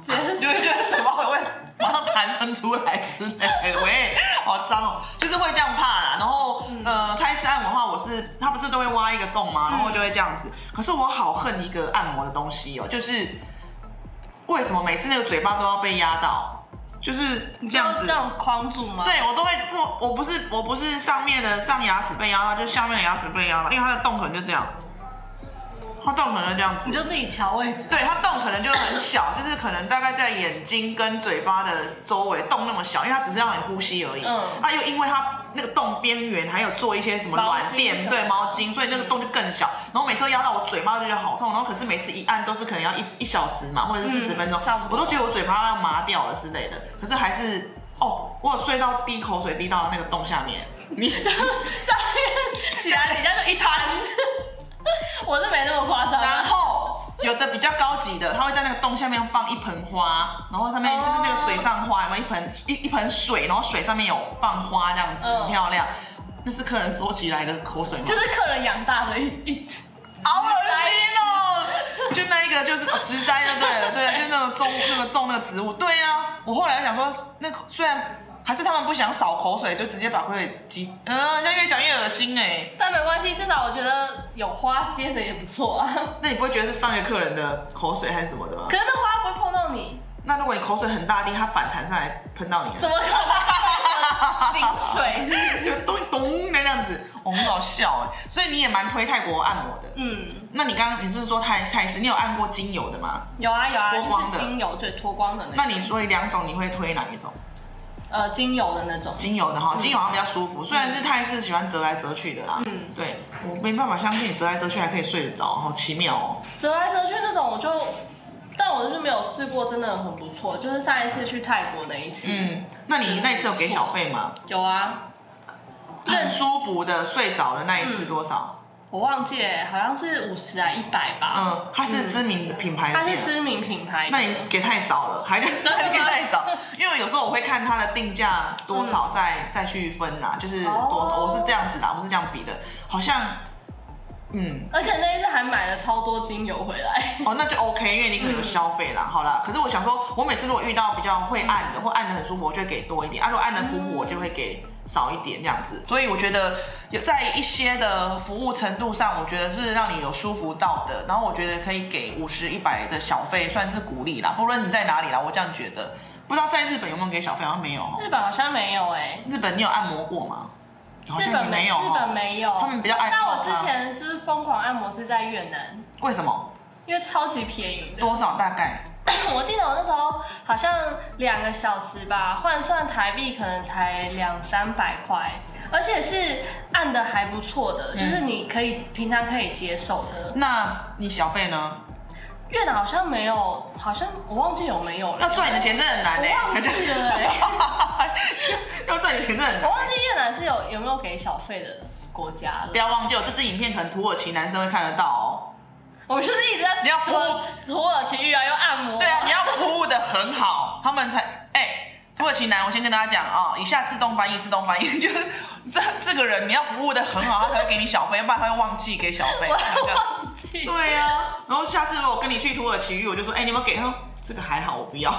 [SPEAKER 3] 直
[SPEAKER 2] 就
[SPEAKER 3] 接
[SPEAKER 2] 会觉得嘴巴会马上痰喷出来之类的。喂，好脏哦，就是会这样怕啦。然后
[SPEAKER 3] 嗯
[SPEAKER 2] 呃，泰式按摩的话，我是它不是都会挖一个洞吗？然后
[SPEAKER 3] 嗯
[SPEAKER 2] 就会这样子。可是我好恨一个按摩的东西哦，就是为什么每次那个嘴巴都要被压到，就是这样
[SPEAKER 3] 就
[SPEAKER 2] 子
[SPEAKER 3] 这。样框住吗？
[SPEAKER 2] 对我都会不，我不是我不是上面的上牙齿被压到，就是下面的牙齿被压到，因为它的洞可能就这样，它洞可能就这样子
[SPEAKER 3] 你，就自己瞧位置。
[SPEAKER 2] 对，它洞可能就很小，就是可能大概在眼睛跟嘴巴的周围洞那么小，因为它只是让你呼吸而已。
[SPEAKER 3] 嗯
[SPEAKER 2] 那又因为它那个洞边缘还有做一些什么
[SPEAKER 3] 毛
[SPEAKER 2] 软
[SPEAKER 3] 巾什
[SPEAKER 2] 垫，
[SPEAKER 3] 么
[SPEAKER 2] 对
[SPEAKER 3] 的
[SPEAKER 2] 毛巾，所以那个洞就更小。然后每次压到我嘴巴就觉得好痛，然后可是每次一按都是可能要一一小时嘛，或者是四十
[SPEAKER 3] 嗯
[SPEAKER 2] 分钟，
[SPEAKER 3] 差不
[SPEAKER 2] 我
[SPEAKER 3] 多
[SPEAKER 2] 都觉得我嘴巴要麻掉了之类的，可是还是。哦，我有睡到滴口水滴到那个洞下面，你
[SPEAKER 3] 下面起来，人家就 一摊。我是没那么夸张啊，
[SPEAKER 2] 然后有的比较高级的，它会在那个洞下面放一盆花，然后上
[SPEAKER 3] 哦
[SPEAKER 2] 面就是那个水上花，有没有一盆一一盆水，然后水上面有放花这样子，
[SPEAKER 3] 嗯
[SPEAKER 2] 很漂亮。那是客人收集来的口水吗？
[SPEAKER 3] 就是客人养大的一一
[SPEAKER 2] 好恶心哦！就那一个就是哦植栽就对了，对，就那种种那个种那个植物。对啊，我后来想说，那口虽然还是他们不想扫口水，就直接把口水挤，嗯、呃，人家越讲越恶心哎、
[SPEAKER 3] 但没关系，至少我觉得有花接的也不错啊。
[SPEAKER 2] 那你不会觉得是上一个客人的口水还是什么的吗
[SPEAKER 3] 可？是那花不会碰到你，
[SPEAKER 2] 那如果你口水很大滴，它反弹上来喷到你了
[SPEAKER 3] 怎么可能？井水是不是
[SPEAKER 2] 咚咚呢，这样子，我很搞笑哎。所以你也蛮推泰国按摩的。
[SPEAKER 3] 嗯，
[SPEAKER 2] 那你刚刚你是不是说泰泰式？你有按过精油的吗？
[SPEAKER 3] 有啊有啊，
[SPEAKER 2] 脱光
[SPEAKER 3] 就
[SPEAKER 2] 的
[SPEAKER 3] 是精油对脱光的那
[SPEAKER 2] 那
[SPEAKER 3] 种
[SPEAKER 2] 你所以两种你会推哪一种？
[SPEAKER 3] 呃精油的那种，
[SPEAKER 2] 精油的哈，
[SPEAKER 3] 嗯
[SPEAKER 2] 精油好像比较舒服，虽然是泰式喜欢折来折去的啦。
[SPEAKER 3] 嗯，
[SPEAKER 2] 对，我没办法相信你折来折去还可以睡得着，好奇妙哦。
[SPEAKER 3] 折来折去那种我就，但我就是没有试过，真的很不错。就是上一次去泰国那一次，
[SPEAKER 2] 嗯，那你那一次有给小费吗？
[SPEAKER 3] 有啊，
[SPEAKER 2] 很舒服的睡着的那一次
[SPEAKER 3] 嗯
[SPEAKER 2] 多少？
[SPEAKER 3] 我忘记了好像是五十啊一百吧，
[SPEAKER 2] 嗯，它是知名的品牌的
[SPEAKER 3] 它
[SPEAKER 2] 店
[SPEAKER 3] 是
[SPEAKER 2] 啊，
[SPEAKER 3] 知名品牌的，
[SPEAKER 2] 那你给太少了，还 还给太少，因为有时候我会看它的定价多少再、再去分啦，就是多少，
[SPEAKER 3] 哦
[SPEAKER 2] 我是这样子的，我是这样比的，好像，嗯。
[SPEAKER 3] 而且那一次还买了超多精油回来，
[SPEAKER 2] 哦，那就 OK，因为你
[SPEAKER 3] 嗯
[SPEAKER 2] 可能有消费啦，好啦。可是我想说，我每次如果遇到比较会按的，或按的很舒服，我就会给多一点；，啊，如果按的普
[SPEAKER 3] 嗯
[SPEAKER 2] 普，我就会给少一点这样子。所以我觉得有在一些的服务程度上，我觉得是让你有舒服到的。然后我觉得可以给五十、一百的小费，算是鼓励啦。不论你在哪里啦，我这样觉得。不知道在日本有没有给小费？好像没有哦。
[SPEAKER 3] 日本好像没有哎、
[SPEAKER 2] 日本你有按摩过吗？好
[SPEAKER 3] 日
[SPEAKER 2] 像
[SPEAKER 3] 本
[SPEAKER 2] 也没有
[SPEAKER 3] 日本
[SPEAKER 2] 哦。
[SPEAKER 3] 没有，
[SPEAKER 2] 他们比较爱
[SPEAKER 3] 但
[SPEAKER 2] 泡汤。
[SPEAKER 3] 我之前就是疯狂按摩是在越南，
[SPEAKER 2] 为什么？
[SPEAKER 3] 因为超级便宜的。
[SPEAKER 2] 多少大概？
[SPEAKER 3] 我记得我那时候好像两个小时吧，换算台币可能才两三百块，而且是按的还不错的，
[SPEAKER 2] 嗯
[SPEAKER 3] 就是你可以平常可以接受的。
[SPEAKER 2] 那你小费呢？
[SPEAKER 3] 越南好像没有，好像我忘记有没有了。
[SPEAKER 2] 要赚你的钱真的很难嘞、
[SPEAKER 3] 我忘记了欸
[SPEAKER 2] 要赚你的钱真的很
[SPEAKER 3] 我
[SPEAKER 2] 难。
[SPEAKER 3] 忘记越南是有有没有给小费的国家了
[SPEAKER 2] 不。要忘记哦，这支影片可能土耳其男生会看得到哦。
[SPEAKER 3] 我们就是一直在
[SPEAKER 2] 你要
[SPEAKER 3] 土土耳其浴啊，又按摩。
[SPEAKER 2] 对啊，你要服务的很好，他们才哎、土耳其男，我先跟大家讲哦，以下自动翻译，自动翻译就是这这个人你要服务的很好，他才会给你小费，要不然他会忘记给小费。
[SPEAKER 3] 我忘记。
[SPEAKER 2] 对啊呀、然后下次如果跟你去土耳其浴，我就说，哎、你有没有给？他说这个还好，我不 要。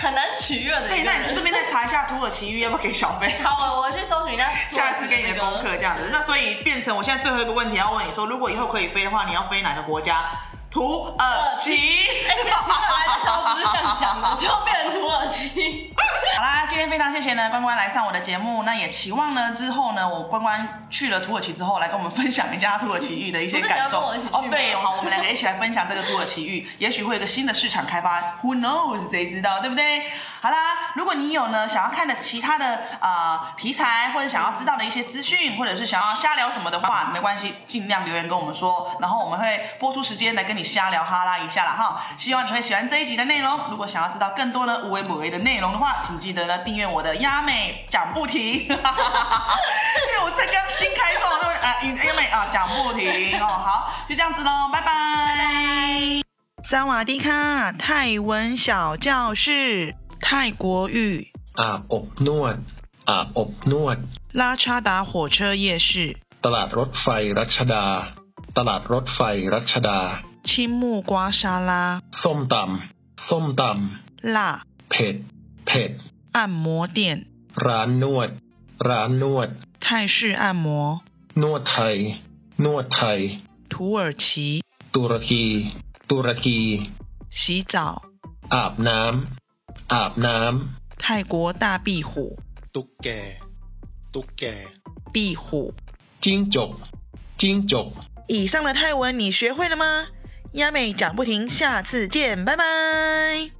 [SPEAKER 3] 很难取悦的
[SPEAKER 2] 对，
[SPEAKER 3] 一个
[SPEAKER 2] 哎那你
[SPEAKER 3] 人。
[SPEAKER 2] 顺便再查一下土耳其浴要不要给小费？
[SPEAKER 3] 好，我我去搜寻一下。
[SPEAKER 2] 下一次给你的功课这样子。那所以变成我现在最后一个问题要问你说，如果以后可以飞的话，你要飞哪个国家？土耳其。
[SPEAKER 3] 哎，其实本来那时候不是这样想的，就变成土耳其。
[SPEAKER 2] 好啦，今天非常谢谢呢关关来上我的节目，那也期望呢之后呢，我关关去了土耳其之后，来跟我们分享一下土耳其浴的一些感受。
[SPEAKER 3] 不是你要跟我一起去吗
[SPEAKER 2] 哦，对，好，我们两个一起来分享这个土耳其浴，也许会有一个新的市场开发，Who knows？谁知道，对不对？好啦，如果你有呢想要看的其他的啊、呃题材，或者想要知道的一些资讯，或者是想要瞎聊什么的话，没关系，尽量留言跟我们说，然后我们会播出时间来跟你瞎聊哈拉一下啦哈。希望你会喜欢这一集的内容。如果想要知道更多呢无为不为的内容的话，请记得呢订阅我的鸭妹讲不停， 因为我才刚新开放，对不对啊？鸭妹啊讲不停哦，好，就这样子喽，拜拜。萨瓦迪卡，泰文小教室，泰国语，
[SPEAKER 4] อาบอบนวดอาบอบนวด
[SPEAKER 2] 拉差达火车夜市，
[SPEAKER 4] ตลาดรถไฟรัชดา ตลาดรถไฟรัชดา
[SPEAKER 2] 青木瓜沙拉，
[SPEAKER 4] ส้มตำส้มต
[SPEAKER 2] 辣
[SPEAKER 4] ำเผ็ด เผ็ด
[SPEAKER 2] 按摩店，
[SPEAKER 4] ร้านนวด ร้านนวด
[SPEAKER 2] 泰式按摩，
[SPEAKER 4] นวดไทย นวดไทย
[SPEAKER 2] 土耳其，
[SPEAKER 4] ตุรกี ตุรกี
[SPEAKER 2] 洗澡，
[SPEAKER 4] อาบน้ำอาบน้
[SPEAKER 2] 泰国大壁虎，
[SPEAKER 4] ำตุ๊กแก ตุ๊กแก
[SPEAKER 2] 壁虎。
[SPEAKER 4] จิ้งจก จิ้งจก
[SPEAKER 2] 以上的泰文你学会了吗？亚美讲不停，下次见，拜拜。